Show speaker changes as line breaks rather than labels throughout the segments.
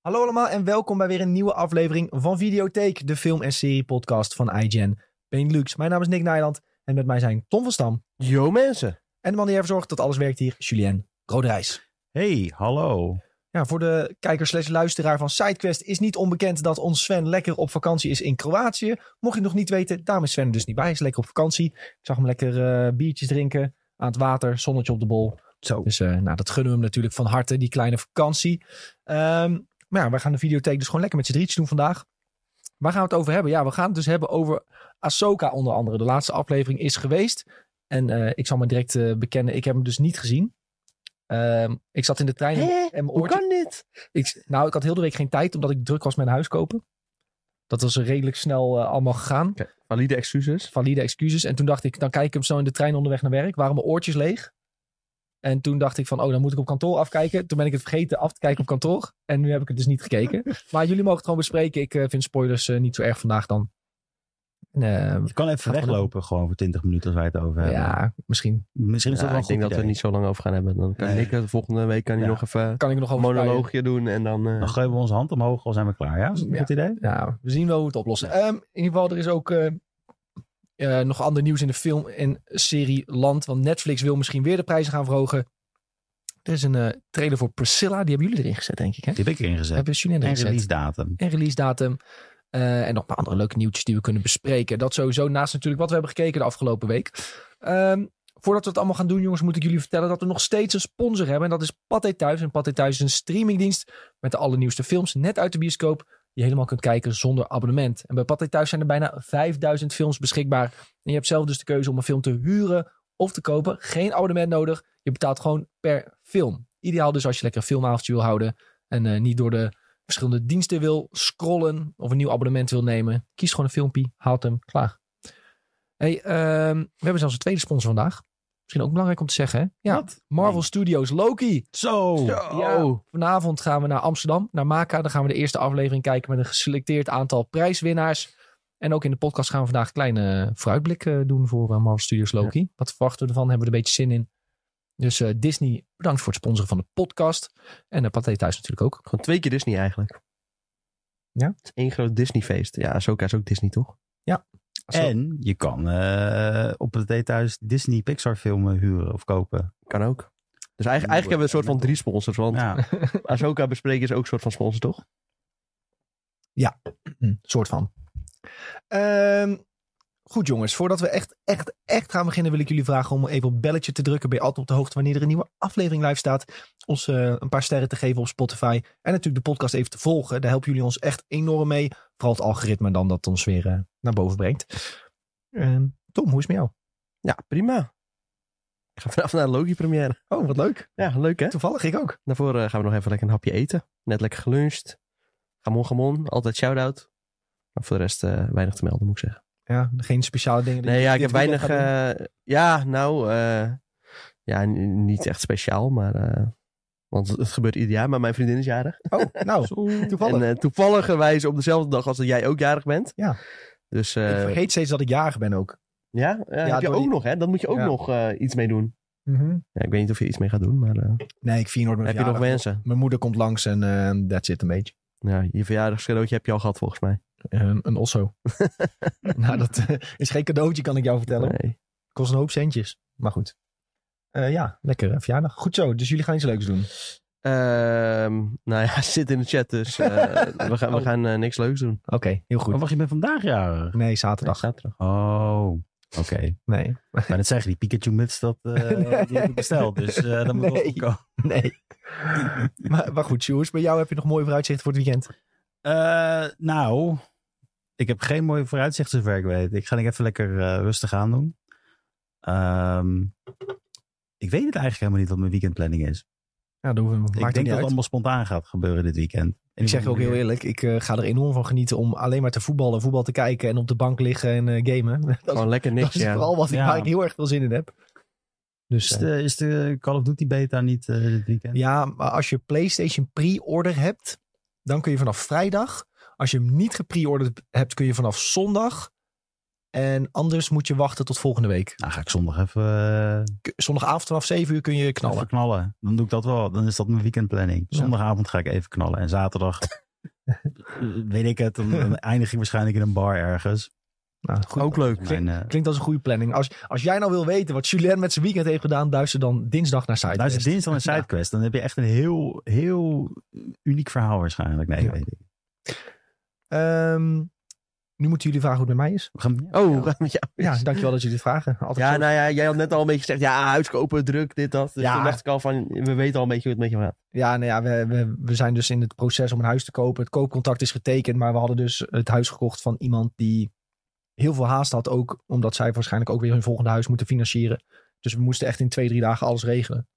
Hallo allemaal en welkom bij weer een nieuwe aflevering van Videotheek, de film- en serie-podcast van IGN Benelux. Mijn naam is Nick Nijland en met mij zijn Tom van Stam
Yo mensen.
en de man die ervoor zorgt dat alles werkt hier, Julien Roderijs.
Hey, hallo.
Ja, voor de kijker slash luisteraar van SideQuest is niet onbekend dat ons Sven lekker op vakantie is in Kroatië. Mocht je het nog niet weten, daarom is Sven er dus niet bij. Hij is lekker op vakantie. Ik zag hem lekker eh, biertjes drinken aan het water, zonnetje op de bol.
Zo.
Dus eh, nou, dat gunnen we hem natuurlijk van harte, die kleine vakantie. Ehm, maar ja, wij gaan de videotheek dus gewoon lekker met z'n drietjes doen vandaag. Waar gaan we het over hebben? Ja, we gaan het dus hebben over Ahsoka onder andere. De laatste aflevering is geweest. En eh, ik zal maar direct eh, bekennen, ik heb hem dus niet gezien. Ehm, ik zat in de trein en-
Hè?
en mijn
Hoe
oortje...
kan dit?
Ik, nou, ik had heel de week geen tijd, omdat ik druk was met een huis kopen. Dat was redelijk snel eh, allemaal gegaan.
Valide excuses.
Valide excuses. En toen dacht ik, dan kijk ik hem zo in de trein onderweg naar werk. Waren mijn oortjes leeg? En toen dacht ik van, oh, dan moet ik op kantoor afkijken. Toen ben ik het vergeten af te kijken op kantoor. En nu heb ik het dus niet gekeken. Maar jullie mogen het gewoon bespreken. Ik eh, vind spoilers eh, niet zo erg vandaag dan. En, eh,
Je kan even
Gaat wel
weglopen gewoon voor 20 minuten als wij het over hebben.
ja, misschien
Misschien is dat
Ja, ik
wel een goed
denk dat we er
idee.
niet zo lang over gaan hebben. Dan kan
Nee.
Nick het volgende week kan hij
Ja.
nog even
kan ik er nog
een
over
monoloogje doen en dan... eh,
Dan geven we onze hand omhoog al zijn we klaar. Ja, is dat een
Ja.
goed idee?
Ja, we zien wel hoe we het oplossen. Ehm, in ieder geval, er is ook eh, eh, nog ander nieuws in de film- en serie land. Want Netflix wil misschien weer de prijzen gaan verhogen. Er is een eh, trailer voor Priscilla. Die hebben jullie erin gezet, denk ik. Hè?
Die heb ik ingezet.
Hebben Julien
En
erin gezet.
release datum.
En release datum. Eh, en nog een paar andere leuke nieuwtjes die we kunnen bespreken. Dat sowieso naast natuurlijk wat we hebben gekeken de afgelopen week. Ehm, voordat we het allemaal gaan doen, jongens, moet ik jullie vertellen dat we nog steeds een sponsor hebben. En dat is Pathé Thuis. En Pathé Thuis is een streamingdienst met de allernieuwste films net uit de bioscoop. Die je helemaal kunt kijken zonder abonnement. En bij Pathé Thuis zijn er bijna 5000 films beschikbaar. En je hebt zelf dus de keuze om een film te huren of te kopen. Geen abonnement nodig. Je betaalt gewoon per film. Ideaal dus als je lekker een filmavondje wil houden. En eh, niet door de verschillende diensten wil scrollen of een nieuw abonnement wil nemen, kies gewoon een filmpje, haalt hem, klaar. Hey, ehm, we hebben zelfs een tweede sponsor vandaag. Misschien ook belangrijk om te zeggen. Hè? Ja,
Wat?
Marvel
Nee.
Studios Loki.
Zo! Oh.
Ja,
Oh,
vanavond gaan we naar Amsterdam, naar Maka. Dan gaan we de eerste aflevering kijken met een geselecteerd aantal prijswinnaars. En ook in de podcast gaan we vandaag een kleine vooruitblik eh, doen voor eh, Marvel Studios Loki. Wat verwachten we ervan? Hebben we er een beetje zin in? Dus eh, Disney, bedankt voor het sponsoren van de podcast. En eh Pathé Thuis natuurlijk ook.
Gewoon twee keer Disney eigenlijk.
Ja?
Het is één groot Disney feest. Ja, Ahsoka is ook Disney toch?
En je kan eh, op het details Disney Pixar filmen huren of kopen.
Kan ook. Dus eigenlijk, eigenlijk hebben we een soort van drie sponsors. Want
Ja.
Ahsoka bespreken is ook een soort van sponsor toch?
Hm, soort van. Ehm, goed jongens, voordat we echt, echt, echt gaan beginnen... wil ik jullie vragen om even op belletje te drukken. Ben je altijd op de hoogte wanneer er een nieuwe aflevering live staat. Ons eh, een paar sterren te geven op Spotify. En natuurlijk de podcast even te volgen. Daar helpen jullie ons echt enorm mee. Vooral het algoritme dan dat ons weer eh, naar boven brengt. Ehm, Tom, hoe is het met jou?
Ja, prima. Ik ga vanavond naar de Loki première.
Oh, wat leuk.
Ja, leuk hè?
Toevallig, ik ook.
Daarvoor eh, gaan we nog even lekker een hapje eten. Net lekker geluncht. Gamon, gamon. Altijd shout-out. Maar voor de rest eh, weinig te melden, moet ik zeggen.
Ja, geen speciale dingen. die
Nee,
je-
ja, ik
die je
heb weinig...
gaat doen.
eh, ja, nou... eh, ja, n- niet echt speciaal, maar... eh, want het, het gebeurt ieder jaar, maar mijn vriendin is jarig.
Oh, nou, toevallig.
En eh toevalligerwijs op dezelfde dag als dat jij ook jarig bent.
Ja.
Dus eh,
ik vergeet steeds dat ik jarig ben ook.
ja, ja,
Ja,
heb je
door
ook
die-
nog, hè? Dan moet je ook
Ja.
nog eh, iets mee doen. Ja, ik weet niet of je iets mee gaat doen, maar eh,
Nee, ik vier nooit mijn
Mhm. heb je nog
verjaardag.
wensen?
Mijn moeder komt langs en eh that's it een beetje.
Ja, je verjaardagscadeautje heb je al gehad volgens mij.
Ehm, een osso. nou, dat eh, is geen cadeautje, kan ik jou vertellen.
Nee.
Kost een hoop centjes. Maar goed. Eh, ja, lekker eh, verjaardag. Goed zo, dus jullie gaan iets leuks doen.
Ehm, nou ja, zit in de chat dus. eh, we gaan, we
Oh.
gaan eh, niks leuks doen.
Oké, heel
Oh,
goed.
wacht, je bent vandaag jarig.
Nee, zaterdag.
Zaterdag.
Oh, oké.
Nee.
Maar dat zeggen die Pikachu-muts, dat eh, die heb ik besteld. Dus eh dat moet wel
Nee.
goed komen.
Nee. maar, maar goed, Sjoers, bij jou heb je nog mooie vooruitzichten voor het weekend.
Eh, nou, ik heb geen mooie vooruitzichten zover ik weet. Ik ga denk even lekker eh, rustig aan doen. Ehm, ik weet het eigenlijk helemaal niet wat mijn weekendplanning is.
Ja, dat hoeven we. Maakt
ik
ook niet
denk dat het
uit.
allemaal spontaan gaat gebeuren dit weekend. En
Ik zeg je ook heel eerlijk, ik eh, ga er enorm van genieten om alleen maar te voetballen, voetbal te kijken en op de bank liggen en eh, gamen. Dat is,
Gewoon lekker
dat
niks,
is
ja.
vooral wat ik,
Ja.
waar ik heel erg veel zin in heb. Dus,
Is
eh,
de, is de Call of Duty beta niet eh, dit weekend?
Ja, maar als je PlayStation pre-order hebt, dan kun je vanaf vrijdag. Als je hem niet gepre-orderd hebt, kun je vanaf zondag En anders moet je wachten tot volgende week.
Nou, ga ik zondag even, eh,
K- Zondagavond vanaf 7 uur kun je knallen.
even knallen. Dan doe ik dat wel. Dan is dat mijn weekendplanning.
Ja.
Zondagavond ga ik even knallen. En zaterdag, eh, weet ik het, dan, dan eindig ik waarschijnlijk in een bar ergens.
Nou, goed.
Ook leuk.
Mijn, eh,
Klinkt als een goede planning. Als, als jij nou wil weten wat Julien met zijn weekend heeft gedaan, duister dan dinsdag naar site.
Luister, Nou, dinsdag een sidequest. Dan heb je echt een heel, heel uniek verhaal waarschijnlijk. Nee,
Ja.
weet ik.
Ehm, nu moeten jullie vragen hoe het met mij is.
We gaan, ja.
Oh, met jou.
Ja, dankjewel dat jullie dit vragen. Altijd
Ja,
zo.
nou ja, jij had net al een beetje gezegd, ja, huis kopen, druk, dit, dat. Dus
Ja.
toen dacht ik al van, we weten al een beetje hoe het met je gaat.
ja, nou ja we, we, we zijn dus in het proces om een huis te kopen. Het koopcontract is getekend, maar we hadden dus het huis gekocht van iemand die heel veel haast had. Ook omdat zij waarschijnlijk ook weer hun volgende huis moeten financieren. Dus we moesten echt in twee, drie dagen alles regelen.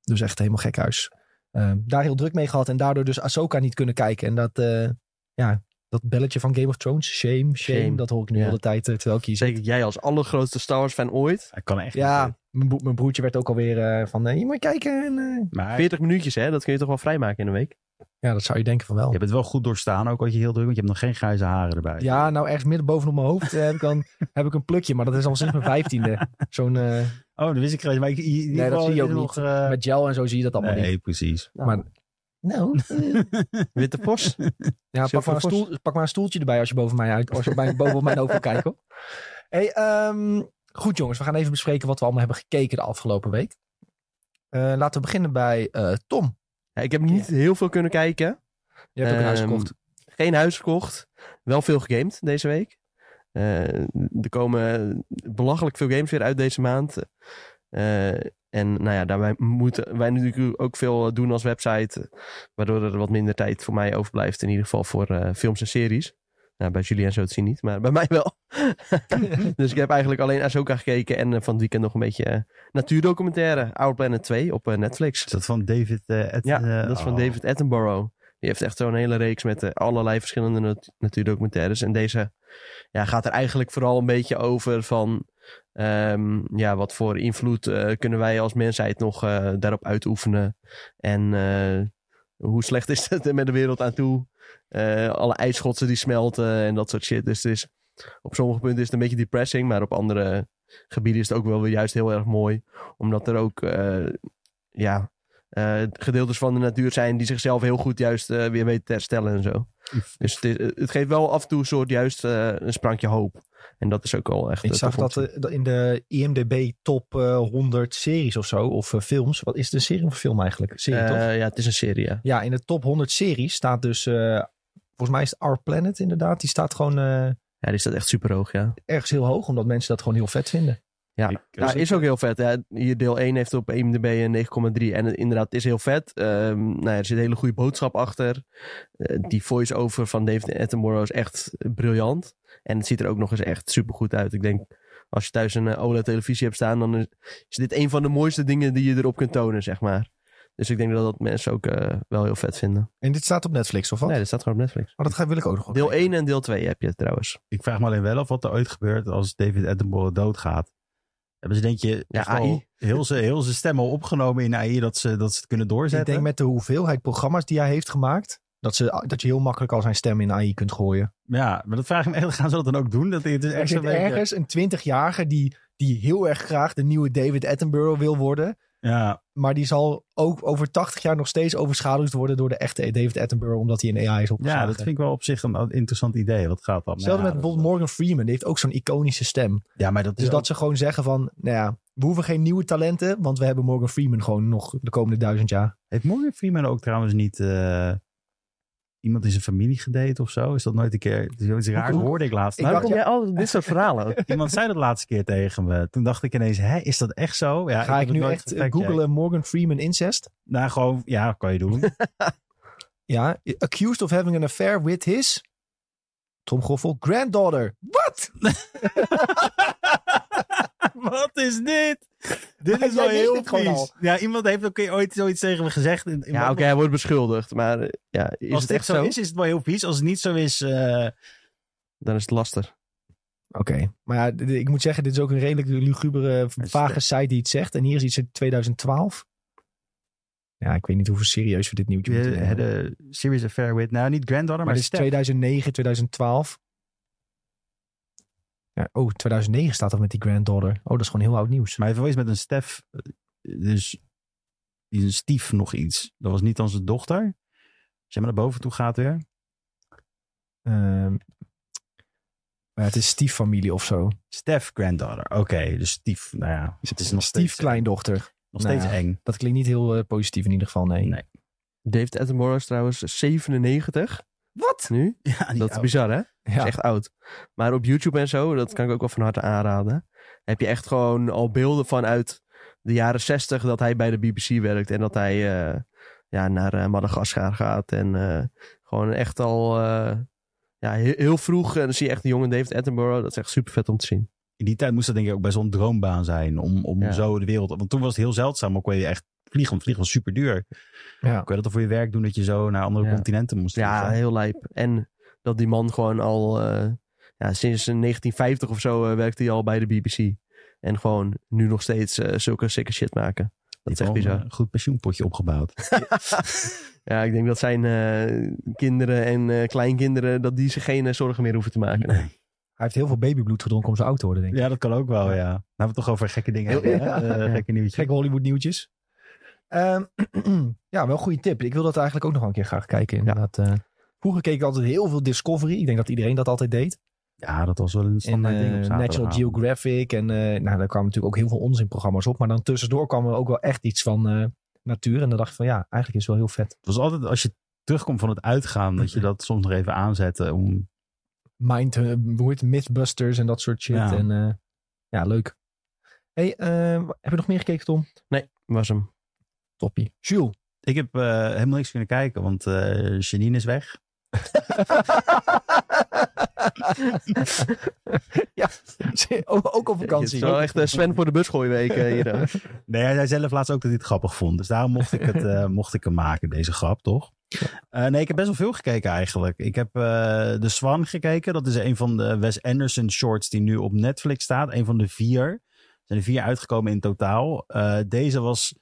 Dus echt helemaal gek huis. Ehm, daar heel druk mee gehad en daardoor dus Ahsoka niet kunnen kijken. En dat, eh, ja, dat belletje van Game of Thrones, shame, shame,
Shame,
dat hoor ik nu
ja.
al de tijd eh, terwijl ik hier zit.
Zeker jij als allergrootste Star Wars fan ooit.
Ik kan echt niet
Ja,
weten.
mijn, broer- mijn broertje werd ook alweer eh, van, eh, je moet kijken. En, eh,
Maar je
40 minuutjes, hè, dat kun je toch wel vrijmaken in een week.
Ja, dat zou je denken van wel.
hebt het wel goed doorstaan ook, wat je heel druk, want je hebt nog geen grijze haren erbij.
Ja, nou ergens midden bovenop mijn hoofd eh, heb ik, dan, heb ik een plukje. Maar dat is al sinds mijn vijftiende. Zo'n eh,
Oh, dat wist ik grijs. Maar ik, in ieder
Nee, dat
geval
zie je
is
ook
nog, eh,
met gel en zo zie je dat allemaal
nee,
niet.
precies.
Maar, nou,
Witte post.
ja, pak,
Zilveren
maar een
Vos.
stoel, pak maar een stoeltje erbij als je boven mij uit, als je bij, boven op mijn hoofd wil kijken. hoor. Hey, ehm, goed jongens, we gaan even bespreken wat we allemaal hebben gekeken de afgelopen week. Eh, laten we beginnen bij eh, Tom.
Ja, ik heb niet heel veel kunnen kijken.
Je hebt ook een huis
Ehm,
gekocht.
Geen huis verkocht. Wel veel gegamed deze week. Eh, er komen belachelijk veel games weer uit deze maand. Eh, en nou ja, daarbij moeten wij natuurlijk ook veel eh, doen als website. eh, Waardoor er wat minder tijd voor mij overblijft. In ieder geval voor eh, films en series. Nou, bij Julien zo te zien niet, maar bij mij wel. dus ik heb eigenlijk alleen Ahsoka gekeken. En eh, van het weekend nog een beetje eh, natuurdocumentaire. Our Planet 2 op eh, Netflix.
Is dat van David... eh, At-
Ja,
eh,
dat is van
oh.
David Attenborough. Die heeft echt zo'n hele reeks met eh, allerlei verschillende nat- natuurdocumentaires. En deze ja, gaat er eigenlijk vooral een beetje over van... ehm, ja, wat voor invloed eh, kunnen wij als mensheid nog eh, daarop uitoefenen? En eh, hoe slecht is het er met de wereld aan toe? Eh, alle ijsschotsen die smelten en dat soort shit. Dus het is, op sommige punten is het een beetje depressing. Maar op andere gebieden is het ook wel weer juist heel erg mooi. Omdat er ook... eh, ja, eh, gedeeltes van de natuur zijn die zichzelf heel goed juist eh, weer weten te herstellen en zo. Dus het, is- het geeft wel af en toe een soort juist eh, een sprankje hoop. En dat is ook al echt...
Ik
eh,
zag
tof om
dat
te zien.
eh, dat in de IMDB top eh, 100 series of zo, of eh, films. Wat is het, een serie of een film eigenlijk? Serie, toch?
Eh, ja, het is een serie, ja.
Ja, in de top 100 series staat dus, eh, volgens mij is het Our Planet inderdaad. Die staat gewoon eh,
Ja, die staat echt super hoog, ja.
ergens heel hoog, omdat mensen dat gewoon heel vet vinden.
Ja,
dus Ik-
Ja, is ook heel vet. Hè. Hier deel 1 heeft op IMDb een 9,3. En het- inderdaad, het is heel vet. Ehm, nou, ja, er zit een hele goede boodschap achter. Eh, die voice-over van David Attenborough is echt briljant. En het ziet er ook nog eens echt supergoed uit. Ik denk, als je thuis een eh, OLED-televisie hebt staan... dan is, is dit een van de mooiste dingen die je erop kunt tonen, zeg maar. Dus ik denk dat dat mensen ook eh, wel heel vet vinden.
En dit staat op Netflix of wat?
Nee, dat staat gewoon op Netflix.
Oh, dat ga, wil ik ook nog wel
Deel
kijken.
1 en deel 2 heb je trouwens.
Ik vraag me alleen wel af wat er ooit gebeurt als David Attenborough doodgaat. Hebben ze denk je
Ja,
echt wel
AI.
heel zijn heel zijn stem al opgenomen in AI dat ze, dat ze het kunnen
Ik
doorzetten?
denk met de hoeveelheid programma's die hij heeft gemaakt, dat, ze, dat je heel makkelijk al zijn stem in AI kunt gooien.
Ja, maar dat vraag ik me echt. Gaan ze dat dan ook doen? Dat het is
Er
echt
zit
zo'n beetje-
ergens een 20-jarige die, die heel erg graag de nieuwe David Attenborough wil worden.
Ja,
Maar die zal ook over 80 jaar nog steeds overschaduwd worden door de echte David Attenborough, omdat hij in AI is opgeslagen.
ja, dat vind ik wel op zich een interessant idee. Wat gaat dan?
Hetzelfde
ja,
met bijvoorbeeld Morgan Freeman, die heeft ook zo'n iconische stem.
Ja, maar dat
Dus
is
dat ze gewoon zeggen van, nou ja, we hoeven geen nieuwe talenten, want we hebben Morgan Freeman gewoon nog de komende duizend jaar.
Heeft Morgan Freeman ook trouwens niet eh, iemand in zijn familie gedate of zo? Is dat nooit een keer? Het is zoiets raar,
hoe-
hoorde ik laatst.
Ik
Nou,
Waarom
dacht-
kom jij al dit soort verhalen?
Iemand zei dat laatste keer tegen me. Toen dacht ik ineens, hè, is dat echt zo? Ja,
Ga
heb
ik
het
nu
nooit
echt eh,
gefactcheckt.
googlen Morgan Freeman incest?
Nou, gewoon, ja, kan je doen.
Ja, accused of having an affair with his, Tom Goffel, granddaughter. Wat?
Wat is dit? Dit
Maar
is wel
jij wist
heel
dit gewoon
vies.
al.
Ja, iemand heeft ook ooit zoiets tegen me gezegd. In, in
Ja,
wat-
oké, hij wordt beschuldigd. Maar eh, ja, is
Als
het
dit
echt
zo
zo?
is, is het wel heel vies. Als het niet zo is, eh,
Dan is het lastig.
Oké, maar ja, d- d- ik moet zeggen, dit is ook een redelijk lugubere, vage site die het zegt. En hier is iets uit 2012. Ja, ik weet niet hoe serieus we dit nieuwtje moeten
je had
nemen.
a serious affair with, nou niet granddaughter,
Maar
maar,
dit is
step.
2009, 2012. Ja, oh, 2009 staat er met die granddaughter. Oh, dat is gewoon heel oud nieuws.
Maar hij verwees met een Stef, eh, dus die is een stief nog iets. Dat was niet dan zijn dochter. Als jij maar naar boven toe gaat weer.
Ehm, maar het is stieffamilie of zo.
Stef granddaughter. Oké, dus stief. Nou ja, het is nog steeds,
Stiefkleindochter.
nog
nou
steeds
ja.
eng.
Dat klinkt niet heel eh, positief in ieder geval, nee.
Nee.
David Attenborough is trouwens 97
Wat?
nu.
Ja, die
Dat is
oude-
bizar, hè? Dat
Ja,
is echt oud. Maar op YouTube en zo, dat kan ik ook wel van harte aanraden. Heb je echt gewoon al beelden van uit de jaren 60 dat hij bij de BBC werkt en dat hij eh, ja, naar eh, Madagaskar gaat. En eh, gewoon echt al eh, ja, heel, heel vroeg. En dan zie je echt de jonge David Attenborough. Dat is echt super vet om te zien.
In die tijd moest dat denk ik ook bij zo'n droombaan zijn. Om, om
Ja.
zo de wereld... Want toen was het heel zeldzaam. Maar kon je echt vliegen. Want vliegen was super duur.
ja.
Kon je dat dan voor je werk doen dat je zo naar andere
Ja.
continenten moest
Ja,
vliegen?
heel lijp. En dat die man gewoon al eh, ja, sinds 1950 of zo eh, werkte hij al bij de BBC. En gewoon nu nog steeds eh, zulke sikke shit maken. Dat
Die
is echt
heeft wel
bizar.
een goed pensioenpotje opgebouwd.
Ja, ik denk dat zijn eh, kinderen en eh, kleinkinderen, dat die zich geen eh, zorgen meer hoeven te maken.
Nee.
Hij heeft heel veel babybloed gedronken om zo oud te worden, denk ik.
Ja, dat kan ook wel, ja. Nou, we het toch over gekke dingen
Heel-
hebben, hè?
Ja.
Eh, gekke nieuwtjes.
Gekke Hollywood nieuwtjes. Ehm, ja, wel een goede tip. Ik wil dat eigenlijk ook nog wel een keer graag kijken, inderdaad. eh. vroeger keek ik altijd heel veel Discovery. Ik denk dat iedereen dat altijd deed.
Ja, dat was wel een
En
standaard ding op
eh,
zaterdagavond.
National Geographic. En eh, nou, daar kwamen natuurlijk ook heel veel onzinprogramma's op. Maar dan tussendoor kwam er ook wel echt iets van eh, natuur. En dan dacht ik van ja, eigenlijk is het wel heel vet.
Het was altijd, als je terugkomt van het uitgaan, dat je dat soms nog even aanzette om...
Mind, eh, hoe heet het? Mythbusters en dat soort shit.
Ja.
En eh, ja, leuk. hey, eh, heb je nog meer gekeken, Tom?
Nee, was hem.
Toppie. Jules.
Ik heb eh, helemaal niks kunnen kijken, want eh Janine is weg.
ja, ook ook op
Het is
vakantie.
wel echt eh, Sven voor de bus gooien week eh, hier. eh.
Nee, hij zei zelf laatst ook dat hij het grappig vond. Dus daarom mocht ik, het, eh, mocht ik hem maken, deze grap, toch? Eh, nee, ik heb best wel veel gekeken eigenlijk. Ik heb eh, The Swan gekeken. Dat is een van de Wes Anderson shorts die nu op Netflix staat. Een van de vier. Er zijn er vier uitgekomen in totaal. Eh, deze was...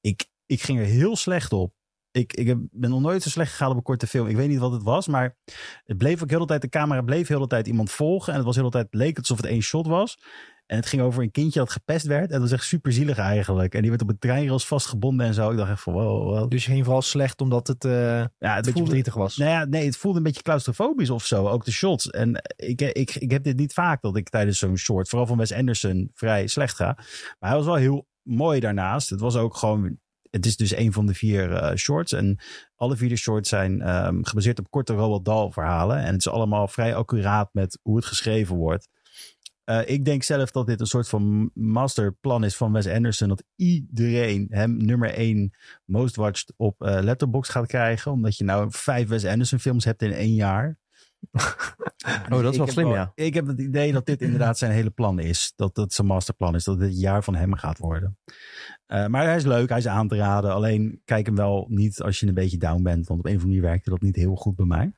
Ik, ik ging er heel slecht op. Ik, ik heb- ben nog nooit zo slecht gegaan op een korte film. Ik weet niet wat het was, maar het bleef ook heel de tijd... De camera bleef heel de tijd iemand volgen. En het was heel de tijd... leek het alsof het één shot was. En het ging over een kindje dat gepest werd. En dat was echt super zielig eigenlijk. En die werd op het treinrails vastgebonden en zo. Ik dacht echt van wow. wow.
Dus je ging vooral slecht omdat het eh, een
Ja, het
beetje verdrietig was.
nou ja, nee, het voelde een beetje claustrofobisch of zo. Ook de shots. En ik, ik, ik heb dit niet vaak dat ik tijdens zo'n short, vooral van Wes Anderson, vrij slecht ga. Maar hij was wel heel mooi daarnaast. Het was ook gewoon. Het is dus een van de vier eh, shorts. En alle vier de shorts zijn ehm, gebaseerd op korte Roald Dahl verhalen. En het is allemaal vrij accuraat met hoe het geschreven wordt. Eh, ik denk zelf dat dit een soort van masterplan is van Wes Anderson. Dat iedereen hem nummer één most watched op letterbox Letterboxd gaat krijgen. Omdat je nou vijf Wes Anderson films hebt in één jaar.
Oh, dat is
Ik
wel
heb
slim, ja.
Ik heb het idee dat dit inderdaad zijn hele plan is. Dat dat zijn masterplan is. Dat dit het jaar van hem gaat worden. Eh, maar hij is leuk. Hij is aan te raden. Alleen kijk hem wel niet als je een beetje down bent. Want op een of andere manier werkte dat niet heel goed bij mij.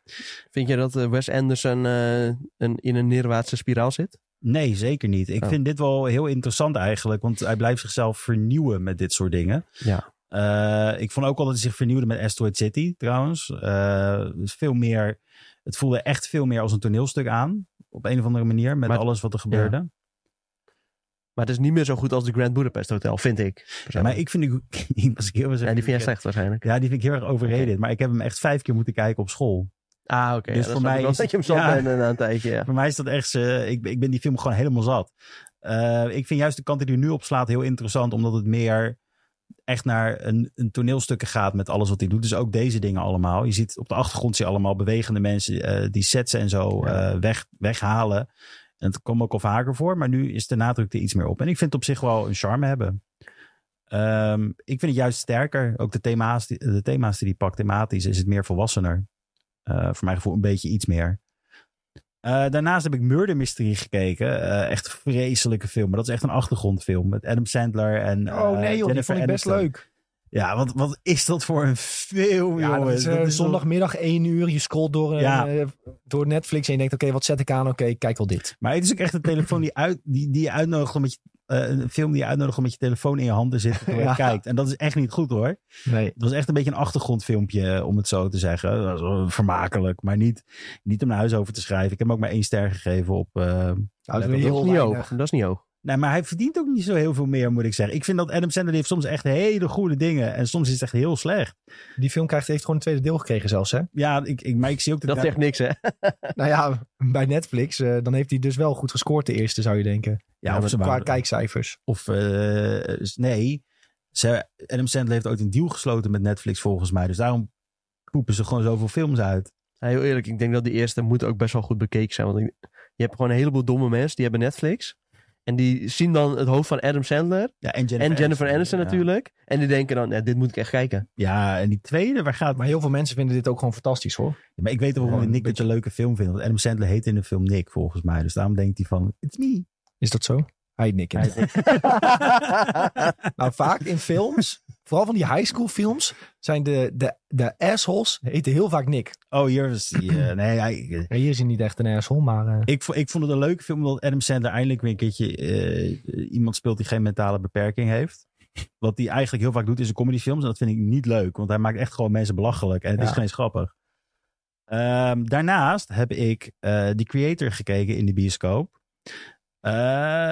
Vind je dat eh, Wes Anderson eh, een, in een neerwaartse spiraal zit?
Nee, zeker niet. Ik
Oh.
vind dit wel heel interessant eigenlijk. Want hij blijft zichzelf vernieuwen met dit soort dingen.
Ja.
Eh, ik vond ook al dat hij zich vernieuwde met Asteroid City trouwens. Eh, dus veel meer, het voelde echt veel meer als een toneelstuk aan. Op een of andere manier. Met
Maar-
alles wat er gebeurde.
Maar het is niet meer zo goed als de Grand Budapest Hotel, vind ik.
Ja, maar ik vind... Ik, als ik heel
Ja, die vind jij slecht waarschijnlijk.
Ja, die vind ik heel erg overrated. Maar ik heb hem echt vijf keer moeten kijken op school.
Ah, oké.
Dus
ja,
voor
dat snap
mij
ik wel
is-
dat je hem zat
ja.
bent na een tijdje, ja.
Voor mij is dat echt... eh, ik, ben- ik ben die film gewoon helemaal zat. Eh, ik vind juist de kant die er nu op slaat heel interessant. Omdat het meer echt naar een, een toneelstukken gaat met alles wat hij doet. Dus ook deze dingen allemaal. Je ziet op de achtergrond zie je allemaal bewegende mensen eh, die sets en zo
Ja.
eh, weg, weghalen. En het kwam ook al vaker voor. Maar nu is de nadruk er iets meer op. En ik vind het op zich wel een charme hebben. Ehm, ik vind het juist sterker. Ook de thema's, die- de thema's die hij pakt, thematisch, is het meer volwassener. Eh, voor mijn gevoel een beetje iets meer. Eh, daarnaast heb ik Murder Mystery gekeken. Eh, echt een vreselijke film. Maar dat is echt een achtergrondfilm. Met Adam Sandler en eh,
oh nee joh, die
Jennifer
vond ik best
Aniston.
leuk.
Ja, wat, wat is dat voor een film,
Ja, dat
jongens?
is, eh, zondagmiddag 1 uur. Je scrolt door, eh,
Ja.
door Netflix en je denkt, oké, wat zet ik aan? Oké, ik kijk wel dit. Nou,
Maar het is ook echt een telefoon die, uit, die, die je uitnodigt omdat je eh, een film die je uitnodigt om met je telefoon in je handen te zitten terwijl je
Ja.
kijkt. En dat is echt niet goed hoor.
Nee.
Het was echt een beetje een achtergrondfilmpje, om het zo te zeggen. Dat was wel vermakelijk, maar niet, niet om naar huis over te schrijven. Ik heb hem ook maar één ster gegeven op... eh,
Houdt
Dat
weer
Dat is
heel
niet
weinig.
hoog. Dat is niet hoog.
Nee, maar hij verdient ook niet zo heel veel meer, moet ik zeggen. Ik vind dat Adam Sandler die heeft soms echt hele goede dingen. En soms is het echt heel slecht.
Die film krijgt, heeft gewoon een tweede deel gekregen zelfs, hè?
Ja, ik, ik, maar ik zie ook
Dat is echt niks, hè?
nou ja, bij Netflix, eh, dan heeft hij dus wel goed gescoord de eerste, zou je denken.
Ja, of ze
qua
waren-
kijkcijfers.
Of eh, nee, ze, Adam Sandler heeft ooit een deal gesloten met Netflix volgens mij. Dus daarom poepen ze gewoon zoveel films uit.
Ja, heel eerlijk, ik denk dat die eerste moet ook best wel goed bekeken zijn. Want ik- je hebt gewoon een heleboel domme mensen die hebben Netflix. En die zien dan het hoofd van Adam Sandler
Ja, en Jennifer,
en Jennifer Aniston
ja.
natuurlijk. En die denken dan, "Ja, dit moet ik echt kijken.
Ja, en die tweede, waar gaat het?
Maar heel veel mensen vinden dit ook gewoon fantastisch, hoor.
Ja, Maar ik weet wel waarom
Ja,
ik Nick
een
dit een leuke film vindt. Want Adam Sandler heet in de film Nick volgens mij. Dus daarom denkt hij van, it's me.
Is dat zo? Hij Nick. in. Nou, vaak in films, vooral van die high school films, zijn de, de, de assholes, heten heel vaak Nick.
Oh, hier is die, eh, nee, hij,
Ja, hier is hij niet echt een asshole, maar... eh,
Ik, vo- ik vond het een leuke film omdat Adam Sandler eindelijk weer een keertje eh, iemand speelt die geen mentale beperking heeft. Wat hij eigenlijk heel vaak doet is een comedyfilms. En dat vind ik niet leuk, want hij maakt echt gewoon mensen belachelijk. En het
Ja.
is geen grappig. Ehm, daarnaast heb ik eh The Creator gekeken in de bioscoop. Eh,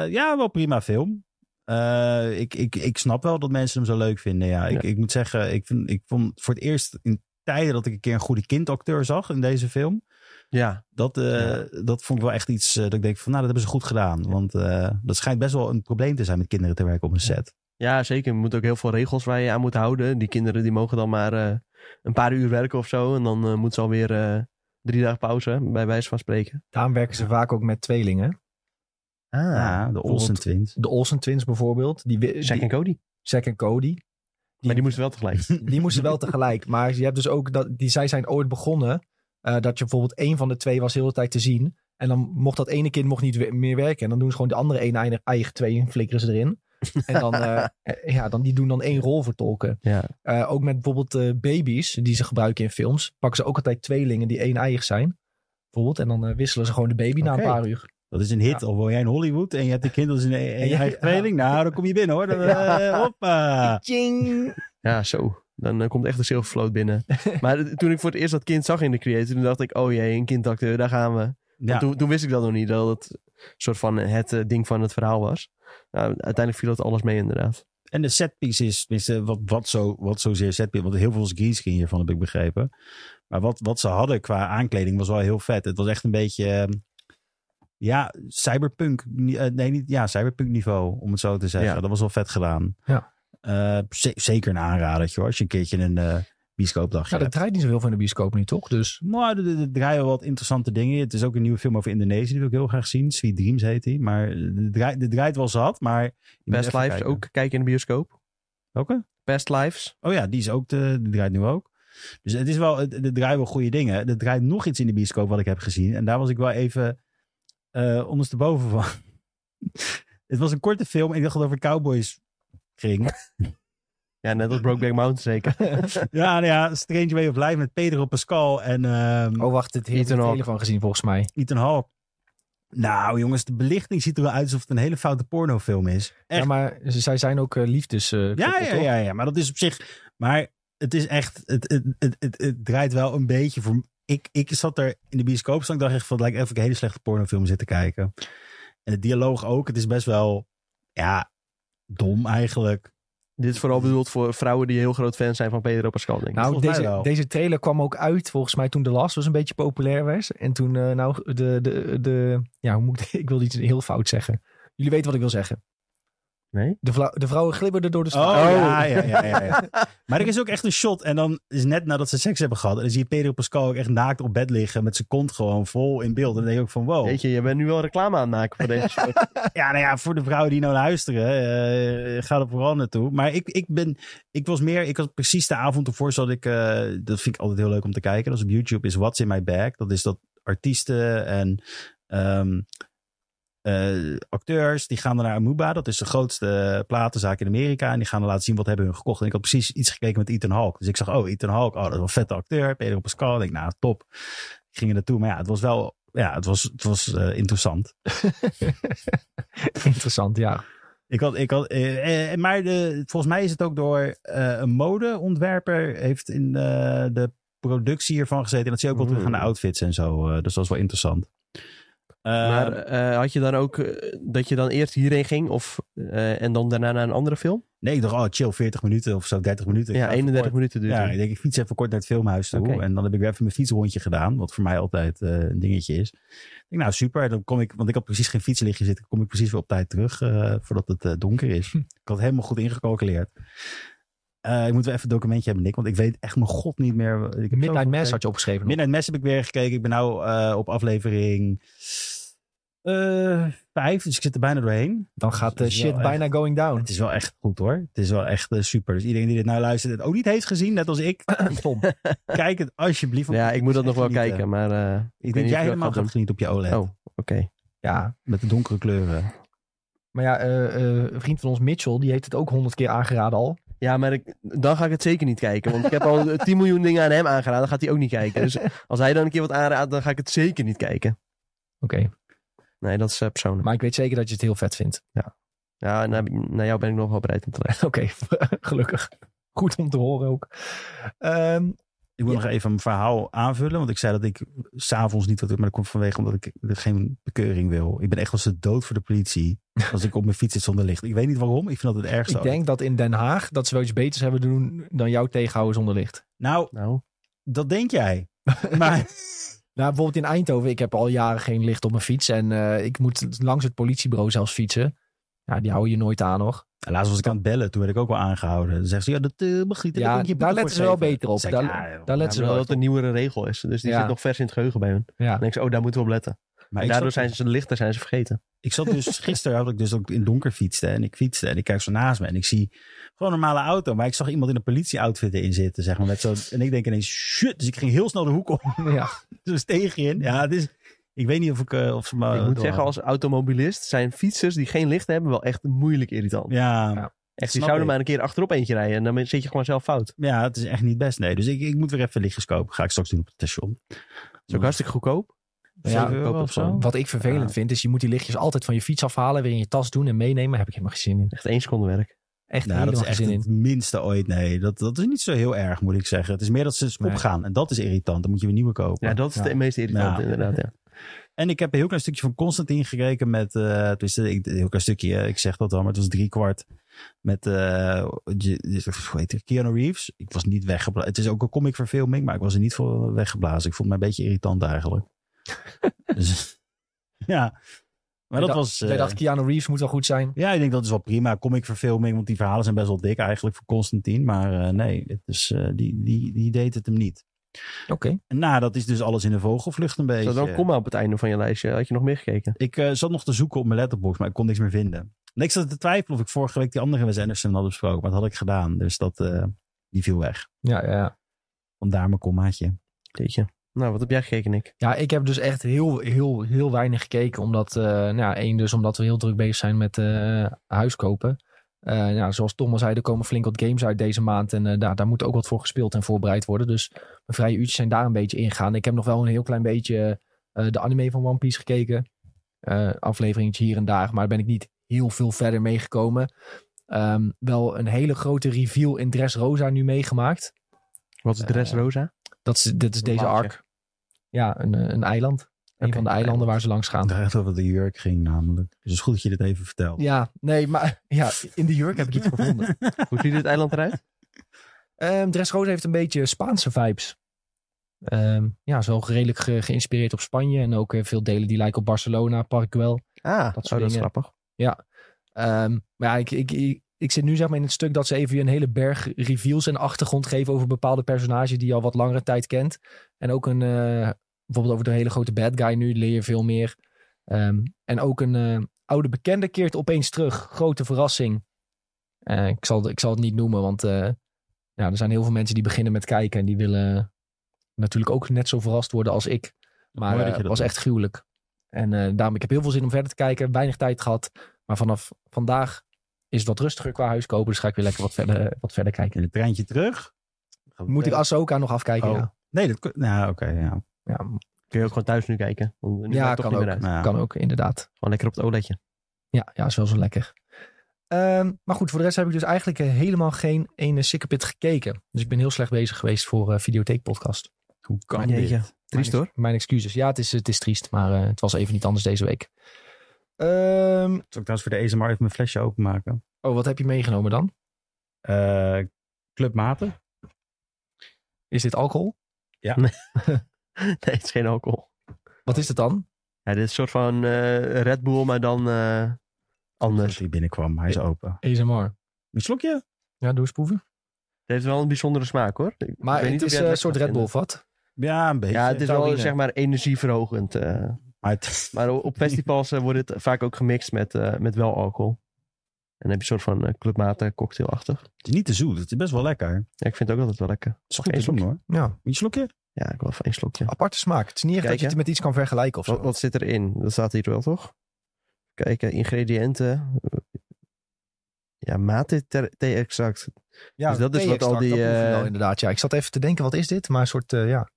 ja, wel prima film. Eh, ik, ik, ik snap wel dat mensen hem zo leuk vinden. Ja. Ik, ik moet zeggen, ik, vind, ik vond voor het eerst in tijden dat ik een keer een goede kindacteur zag in deze film.
ja,
Dat, eh, dat vond ik wel echt iets eh, dat ik denk van, nou, dat hebben ze goed gedaan. Want eh, dat schijnt best wel een probleem te zijn met kinderen te werken op een set.
ja, zeker. Er moeten ook heel veel regels waar je aan moet houden. Die kinderen die mogen dan maar eh, een paar uur werken of zo. En dan eh moeten ze alweer eh drie dagen pauze, bij wijze van spreken.
Daarom werken ze vaak ook met tweelingen.
Ah.
ja, de Olsen Twins.
De Olsen Twins bijvoorbeeld. Die, wi-
Zack en
die-
Cody.
Zack en Cody.
Maar die moesten wel tegelijk.
Die moesten wel tegelijk. Maar je hebt dus ook dat die, zij zijn ooit begonnen. eh, dat je bijvoorbeeld één van de twee was de hele tijd te zien. En dan mocht dat ene kind mocht niet we- meer werken. En dan doen ze gewoon de andere één eigen, eigen twee en flikkeren ze erin. En dan, eh, eh, ja, dan die doen dan één rol vertolken.
Ja.
Eh, ook met bijvoorbeeld eh, baby's die ze gebruiken in films. Pakken ze ook altijd tweelingen die één eigen zijn. Bijvoorbeeld. En dan eh, wisselen ze gewoon de baby na
Oké.
een paar uur.
Dat is een hit.
Ja.
Al woon jij in Hollywood en je hebt de kinderen in een, een
Ja.
eigen training. Nou, dan kom je binnen hoor. Dan, eh, hoppa.
Tjing!
Ja, zo. Dan eh, komt echt de zilvervloot binnen. maar het- toen ik voor het eerst dat kind zag in de creator, toen dacht ik, oh jee, een kindacteur, daar gaan we.
Ja.
Toen, toen wist ik dat nog niet, dat het soort van het eh, ding van het verhaal was. Nou, uiteindelijk viel dat alles mee inderdaad.
En de setpiece is, tenminste, wat, wat, zo, wat zozeer setpiece. Want heel veel is greenscreen hiervan, heb ik begrepen. Maar wat, wat ze hadden qua aankleding was wel heel vet. Het was echt een beetje, eh, ja, cyberpunk. ni- eh, Nee, niet, ja, cyberpunk niveau, om het zo te zeggen.
Ja.
Dat was wel vet gedaan.
Ja.
Eh, ze- zeker een aanradertje hoor, als je een keertje een eh bioscoopdagje
Ja, dat
hebt.
draait niet zoveel van de bioscoop nu, toch? Dus
Nou, er- er er draaien wel wat interessante dingen. Het is ook een nieuwe film over Indonesië, die wil ik heel graag zien. Sweet Dreams heet die. Maar de draait, er draait wel zat, maar... je moet
Best
even
Lives
kijken.
ook, kijken in de bioscoop.
Welke?
Best Lives.
Oh ja, die, is ook de, die draait nu ook. Dus het is wel, het- er draaien wel goede dingen. Er draait nog iets in de bioscoop wat ik heb gezien. En daar was ik wel even eh ondersteboven van. het was een korte film en ik dacht dat het over cowboys ging.
Ja, net als Brokeback Mountain zeker.
ja, nou ja, Strange Way of Life met Pedro Pascal en ehm
Oh, wacht, dit heeft
Ethan
een
Hawke.
hele van gezien volgens mij.
Ethan Hawke. Nou jongens, de belichting ziet er wel uit alsof het een hele foute pornofilm is. Echt.
Ja, maar ze- zij zijn ook eh, liefdes. eh,
Ja,
koppel,
ja,
toch?
ja, ja, maar dat is op zich. Maar het is echt. Het, het, het, het, het draait wel een beetje voor. Ik, ik zat er in de bioscoop. en ik dacht echt van. Het lijkt even een hele slechte pornofilm zitten kijken. En de dialoog ook. Het is best wel. Ja, dom eigenlijk.
Dit is vooral bedoeld voor vrouwen die heel groot fan zijn van Pedro Pascal, denk ik.
Nou,
Volgens mij
deze,
wel.
deze trailer kwam ook uit volgens mij toen The Last was een beetje populair was. En toen, eh, nou, de, de, de, ja, hoe moet ik, ik wil iets heel fout zeggen. Jullie weten wat ik wil zeggen.
Nee?
De, vla- de vrouwen glibberden door de
Oh,
straat.
Ja, ja, ja, ja, ja. Maar er is ook echt een shot. En dan is net nadat ze seks hebben gehad. En dan zie je Pedro Pascal ook echt naakt op bed liggen. Met zijn kont gewoon vol in beeld. En dan denk je ook van wow.
Weet je, je bent nu wel reclame aan het maken voor deze soort.
Ja, nou ja, voor de vrouwen die nou luisteren, eh, ga er vooral naartoe. Maar ik, ik ben, ik was meer, ik had precies de avond ervoor zat ik, eh, dat vind ik altijd heel leuk om te kijken. Dat is op YouTube, is What's in My Bag. Dat is dat artiesten en ehm, eh, acteurs, die gaan dan naar Amuba. Dat is de grootste platenzaak in Amerika. En die gaan dan laten zien wat hebben hun gekocht. En ik had precies iets gekeken met Ethan Hawke. Dus ik zag, oh, Ethan Hawke, oh, dat is wel een vette acteur. Pedro Pascal, ik denk, nou, top. Ik ging er naartoe, maar ja, het was wel, ja, het was, het was eh, interessant.
Interessant, ja.
Ik had, ik had, eh, eh, maar de, volgens mij is het ook door eh, een modeontwerper heeft in eh, de productie hiervan gezeten. En dat zie je ook wel terug aan de
Mm.
outfits en zo. eh, dus dat is wel interessant. Eh,
maar eh, had je dan ook eh, dat je dan eerst hierheen ging of, eh, en dan daarna naar een andere film?
nee, ik dacht, oh chill, 40 minuten of zo, 30 minuten. Ik
ja,
ga even
31
kort.
minuten duurde
Ja,
het.
ik denk, ik fiets even kort naar het filmhuis toe.
Oké.
En dan heb ik weer even mijn fietsrondje gedaan, wat voor mij altijd eh, een dingetje is. Ik denk, nou super, dan kom ik, want ik had precies geen fietslichtje zitten, kom ik precies weer op tijd terug eh, voordat het eh, donker
Hm.
is. Ik had helemaal goed ingecalculeerd. Eh, ik moet wel even een documentje hebben, Nick, want ik weet echt mijn god niet meer. Ik heb zoveel
Midnight Mass
gekeken.
had je opgeschreven. nog.
Midnight Mass heb ik weer gekeken. Ik ben nou eh, op aflevering eh, vijf, dus ik zit er bijna doorheen.
Dan gaat de
Dat is
shit
wel echt-
bijna going down.
Oh, Het is wel echt goed hoor. Het is wel echt eh, super. Dus iedereen die dit nou luistert en het ook niet heeft gezien, net als ik,
Tom.
kijk het alsjeblieft. want
Ja,
het
ik
is
moet dat
echt
nog wel
genieten.
kijken, maar... eh, weet niet
Ik denk
of
jij
ik dat
helemaal
ga doen.
gaat genieten op je OLED.
Oh, oké.
Ja,
Met de donkere kleuren.
maar ja, eh, eh, een vriend van ons, Mitchell, die heeft het ook honderd keer aangeraden al.
Ja, maar ik, dan ga ik het zeker niet kijken. Want ik heb al 10 miljoen dingen aan hem aangeraden. Dan gaat hij ook niet kijken. Dus als hij dan een keer wat aanraadt, dan ga ik het zeker niet kijken.
Oké,
Nee, dat is eh, persoonlijk.
maar ik weet zeker dat je het heel vet vindt.
Ja, naar, naar jou ben ik nog wel bereid om te luisteren.
Oké, gelukkig. Goed om te horen ook. Ehm,
Ik wil nog even mijn verhaal aanvullen. Want ik zei dat ik s'avonds niet wat doe. Maar dat komt vanwege omdat ik geen bekeuring wil. Ik ben echt als de dood voor de politie. Als ik op mijn fiets zit zonder licht. Ik weet niet waarom. Ik vind dat het ergste.
ik denk dat in Den Haag dat ze wel iets beters hebben te doen dan jou tegenhouden zonder licht.
Nou,
Nou,
dat denk jij. Maar
Nou, bijvoorbeeld in Eindhoven, ik heb al jaren geen licht op mijn fiets en eh, ik moet langs het politiebureau zelfs fietsen. Ja, die houden je nooit aan hoor.
laatst was ik aan het bellen. Toen werd ik ook wel aangehouden. Dan zeggen ze, ja, dat eh, mag niet.
Ja,
moet je
daar
boete
letten
voor
ze wel
geven.
beter op.
Dan zeg ik,
Daar-
ja, joh.
Daar let
dat
ze
is wel
wel
dat een nieuwere regel is. Dus die
Ja.
zit nog vers in het geheugen bij hun.
Ja.
Dan denk ze, oh, daar moeten we op letten.
Maar
En
ik
daardoor
zat-
zijn ze de lichter zijn ze vergeten.
Ik zat dus gisteren had ik dus ook in donker fietste en ik fietste en ik kijk zo naast me en ik zie gewoon een normale auto, maar ik zag iemand in een politieoutfit erin zitten, zeg maar met zo en ik denk ineens shit, dus ik ging heel snel de hoek om,
Ja,
dus tegen in. Ja, het is ik weet niet of ik eh, of ze me
ik moet
door-
zeggen, als automobilist zijn fietsers die geen licht hebben wel echt moeilijk irritant.
ja,
Ja.
ja.
echt, die
snap
zouden
ik.
maar een keer achterop eentje rijden. En dan zit je gewoon zelf fout.
het is echt niet best. Nee, dus ik, ik moet weer even lichtjes kopen. Ga ik straks doen op het station.
Dat is ook hartstikke goedkoop.
Ja,
€7
goedkoop
of
of
zo.
zo.
Wat ik vervelend
Ja.
vind, is je moet die lichtjes altijd van je fiets afhalen, weer in je tas doen en meenemen. Daar heb ik helemaal geen zin in.
Echt één seconde werk.
Echt
Nou, dat
helemaal
is
geen
echt
zin in.
het minste ooit. Nee, dat, dat is niet zo heel erg, moet ik zeggen. Het is meer dat ze
Nee.
opgaan. En dat is irritant. Dan moet je weer nieuwe kopen.
Ja, dat is
Ja.
de meest irritant
Ja.
inderdaad. Ja.
En ik heb een heel klein stukje van Constantine gekeken met, eh tenminste, ik, een heel klein stukje, eh, ik zeg dat dan, maar het was drie kwart met, eh je- je- hoe heet het, Keanu Reeves. Ik was niet weggeblazen. Het is ook een comicverfilming, maar ik was er niet voor weggeblazen. Ik vond het mij een beetje irritant eigenlijk. dus, ja, maar dat
dacht-
was... eh,
Jij dacht, Keanu Reeves moet wel goed zijn.
ja, ik denk dat is wel prima. Comicverfilming, want die verhalen zijn best wel dik eigenlijk voor Constantine. Maar eh, nee, het is, eh, die, die, die deed het hem niet.
Oké.
En nou, dat is dus alles in de vogelvlucht een beetje. eh,
Zo, dan komma op het einde van je lijstje. Had je nog meer gekeken?
Ik eh, zat nog te zoeken op mijn letterbox, maar ik kon niks meer vinden. En ik zat te twijfelen of ik vorige week die andere Wes Anderson had besproken. Maar dat had ik gedaan. Dus dat, eh, die viel weg.
Ja, ja, ja.
Vandaar mijn kommaatje.
Jeetje. Nou, wat heb jij gekeken, Nick?
Ja, ik heb dus echt heel, heel, heel weinig gekeken. Omdat, eh nou ja, één dus omdat we heel druk bezig zijn met eh huiskopen. Eh, nou, zoals Tom al zei, er komen flink wat games uit deze maand. En eh, daar, daar moet ook wat voor gespeeld en voorbereid worden. Dus mijn vrije uurtjes zijn daar een beetje ingegaan. Ik heb nog wel een heel klein beetje eh, de anime van One Piece gekeken. Eh afleveringetje hier en daar. Maar daar ben ik niet heel veel verder meegekomen. Ehm, wel een hele grote reveal in Dressrosa nu meegemaakt.
Wat is
Eh,
Dressrosa?
Dat is, dit is
Een
deze
plaatje.
ark. Ja, een, eh, een eiland. een
Oké,
van de eilanden waar ze langs gaan.
Het echt over de jurk ging namelijk. Dus het is goed dat je dit even vertelt.
Ja, nee, maar ja, in de jurk heb ik iets gevonden.
Hoe ziet het eiland eruit?
Ehm Dressrosa heeft een beetje Spaanse vibes. Ehm, ja, is wel redelijk ge- geïnspireerd op Spanje. En ook eh, veel delen die lijken op Barcelona, Parkwell.
Ah,
Dat soort
oh, dat is
dingen.
grappig.
Ehm, maar ja, ik, ik, ik, ik zit nu zeg maar in het stuk dat ze even je een hele berg reveals en achtergrond geven over bepaalde personages die je al wat langere tijd kent. En ook een, eh, bijvoorbeeld over de hele grote bad guy nu leer je veel meer. Ehm, en ook een eh, oude bekende keert opeens terug. Grote verrassing. Eh, ik, zal, ik zal het niet noemen, want eh, ja, er zijn heel veel mensen die beginnen met kijken en die willen natuurlijk ook net zo verrast worden als ik. Maar
Mooi dat
eh,
je
het
dat
was
doet.
echt gruwelijk. En eh, daarom, ik heb heel veel zin om verder te kijken. Weinig tijd gehad. Maar vanaf vandaag is het wat rustiger qua huiskopen. Dus ga ik weer lekker wat verder, wat verder kijken.
En het treintje terug.
Moet ik Ahsoka nog afkijken?
Oh.
Ja.
Nee, dat... kon- Nou, oké, ja.
Ja,
Kun je ook gewoon thuis nu kijken. Want nu
Ja,
gaat het toch
kan
niet
ook.
meer uit.
Nou ja.
kan ook, inderdaad.
Gewoon lekker op het OLEDje.
Ja, ja, is wel zo lekker. Ehm, Ehm, maar goed, voor de rest heb ik dus eigenlijk eh, helemaal geen ene sikkepit gekeken. Dus ik ben heel slecht bezig geweest voor eh, videotheekpodcast.
Hoe kan
Jeetje.
dit?
Triest
mijn,
hoor.
Mijn excuses. Ja, het is, het is triest, maar eh, het was even niet anders deze week. Ehm,
Zal ik trouwens voor de ASMR even mijn flesje openmaken?
oh, wat heb je meegenomen dan?
Eh clubmaten?
Is dit alcohol?
Nee, het is geen alcohol.
Wat is het dan?
Ja, dit is een soort van eh, Red Bull, maar dan eh,
Dat
anders.
die binnenkwam, hij is open.
ASMR.
Een slokje?
Ja, doe eens proeven.
Het heeft wel een bijzondere smaak hoor. Ik
Maar
weet
het
niet of
is
jij
eh, een
lekker
soort
gaat
Red Bull
vinden.
vat.
Ja, een beetje.
Ja, het is wel
taurine.
zeg maar energieverhogend. eh.
Maar het-
Maar o- op festivals eh, wordt het vaak ook gemixt met, eh, met wel alcohol. En dan heb je een soort van eh, clubmaten cocktailachtig.
het is niet te zoet, het is best wel lekker. Het
Ja, ik vind het ook altijd wel lekker.
is goed te
slokje.
doen hoor.
Ja,
Een slokje?
Ja, ik wil even één slokje.
aparte smaak. Het is niet echt
Kijk,
dat je het
hè.
met iets kan vergelijken of zo.
Wat, wat zit erin? Dat staat hier wel, toch? Kijken, ingrediënten. Ja, mate ter- thee extract.
ja,
dus dat is wat al
thee-extract,
die,
dat proef je wel
eh,
inderdaad, ja. Ik zat even te denken, wat is dit? Maar een soort, eh, ja.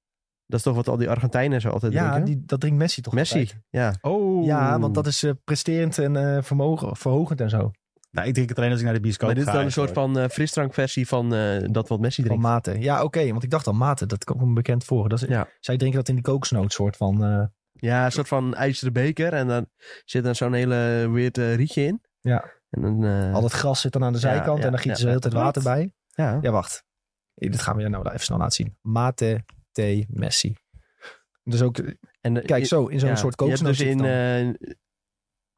Dat is toch wat al die Argentijnen zo altijd
Ja,
drinken?
die, dat drinkt Messi toch
Messi,
altijd?
ja.
Oh.
Ja, want dat is eh, presterend en eh, vermogen, verhogend en zo.
Nou, ik drink het alleen als ik naar de bioscoop
Maar dit
ga.
is dan een soort van eh, frisdrankversie van eh, dat wat Messi
Van
drinkt.
maten. Ja, oké. want ik dacht al maten. Dat komt me bekend voor. Dat is,
Ja.
Zij drinken dat in die kokosnoot soort van. eh,
Ja, een soort van ijzeren beker. En dan zit dan zo'n hele weird eh, rietje in.
Ja.
En dan... eh,
al dat gras zit dan aan de zijkant.
ja,
en dan gieten
ja,
ze de hele tijd
wat?
water bij.
ja.
Ja, wacht. Eh, Dit gaan we je nou even snel laten zien. Mate, thee, Messi. Dus ook, eh,
En, eh,
kijk zo, in zo'n
ja,
soort
je hebt
kokosnoot
dus
zit het
in,
dan.
eh,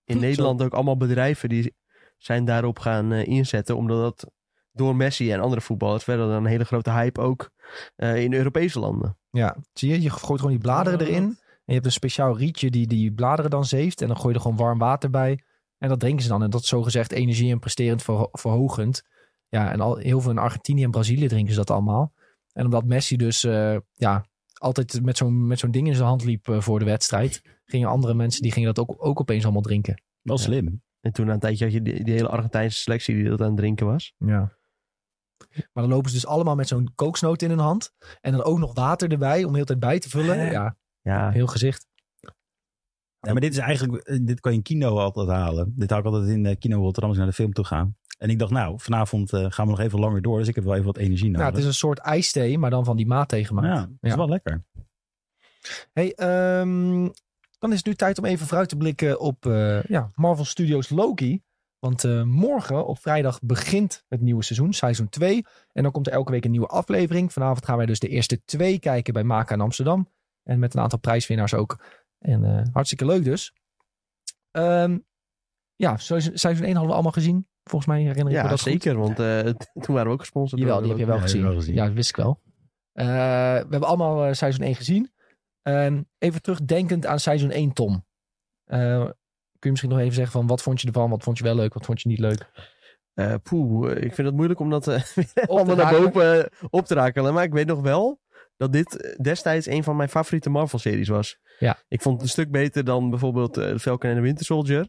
in Nederland ook allemaal bedrijven die zijn daarop gaan eh, inzetten. Omdat dat door Messi en andere voetballers werd dat een hele grote hype ook eh, in Europese landen.
Ja, zie je? Je gooit gewoon die bladeren erin. En je hebt een speciaal rietje die die bladeren dan zeeft. En dan gooi je er gewoon warm water bij. En dat drinken ze dan. En dat is zogezegd energie en presterend verho- verhogend. Ja, en al, heel veel in Argentinië en Brazilië drinken ze dat allemaal. En omdat Messi dus eh, ja, altijd met zo'n met zo'n ding in zijn hand liep eh, voor de wedstrijd... gingen andere mensen die gingen dat ook, ook opeens allemaal drinken.
Wel slim.
En toen na een tijdje had je die, die hele Argentijnse selectie die dat aan het drinken was.
Ja. Maar dan lopen ze dus allemaal met zo'n kooksnoot in hun hand. En dan ook nog water erbij om heel de tijd bij te vullen. Ja,
Ja,
heel gezicht.
Ja, maar dit is eigenlijk, eh, dit kan je in kino altijd halen. Dit haal ik altijd in eh, kino Rotterdam als ik naar de film toe ga. En ik dacht, nou, vanavond eh, gaan we nog even langer door. Dus ik heb wel even wat energie
Nou,
nodig.
het is een soort ijsthee, maar dan van die maat tegemaakt.
Ja, het is
Ja.
wel lekker.
Hey, ehm, dan is het nu tijd om even vooruit te blikken op eh, ja, Marvel Studios Loki. Want eh, morgen op vrijdag begint het nieuwe seizoen, seizoen 2. En dan komt er elke week een nieuwe aflevering. Vanavond gaan wij dus de eerste twee kijken bij Maka in Amsterdam. En met een aantal prijswinnaars ook. En eh, hartstikke leuk dus. Ehm, ja, seizoen 1 hadden we allemaal gezien. Volgens mij herinner ik me
ja
dat goed.
zeker. Want eh, toen waren we ook gesponsord.
Jawel,
door
die heb je wel,
Ja, die
gezien.
heb ik wel gezien.
Ja, dat wist ik wel. Eh, we hebben allemaal eh, seizoen 1 gezien. Ehm, even terugdenkend aan seizoen 1, Tom. Eh, kun je misschien nog even zeggen van wat vond je ervan? Wat vond je wel leuk? Wat vond je niet leuk?
Eh, poeh, eh, ik vind het moeilijk om dat eh,
Op
allemaal naar boven eh, op te rakelen. Maar ik weet nog wel dat dit eh, destijds een van mijn favoriete Marvel-series was.
Ja.
Ik vond het een stuk beter dan bijvoorbeeld eh, Falcon en de Winter Soldier.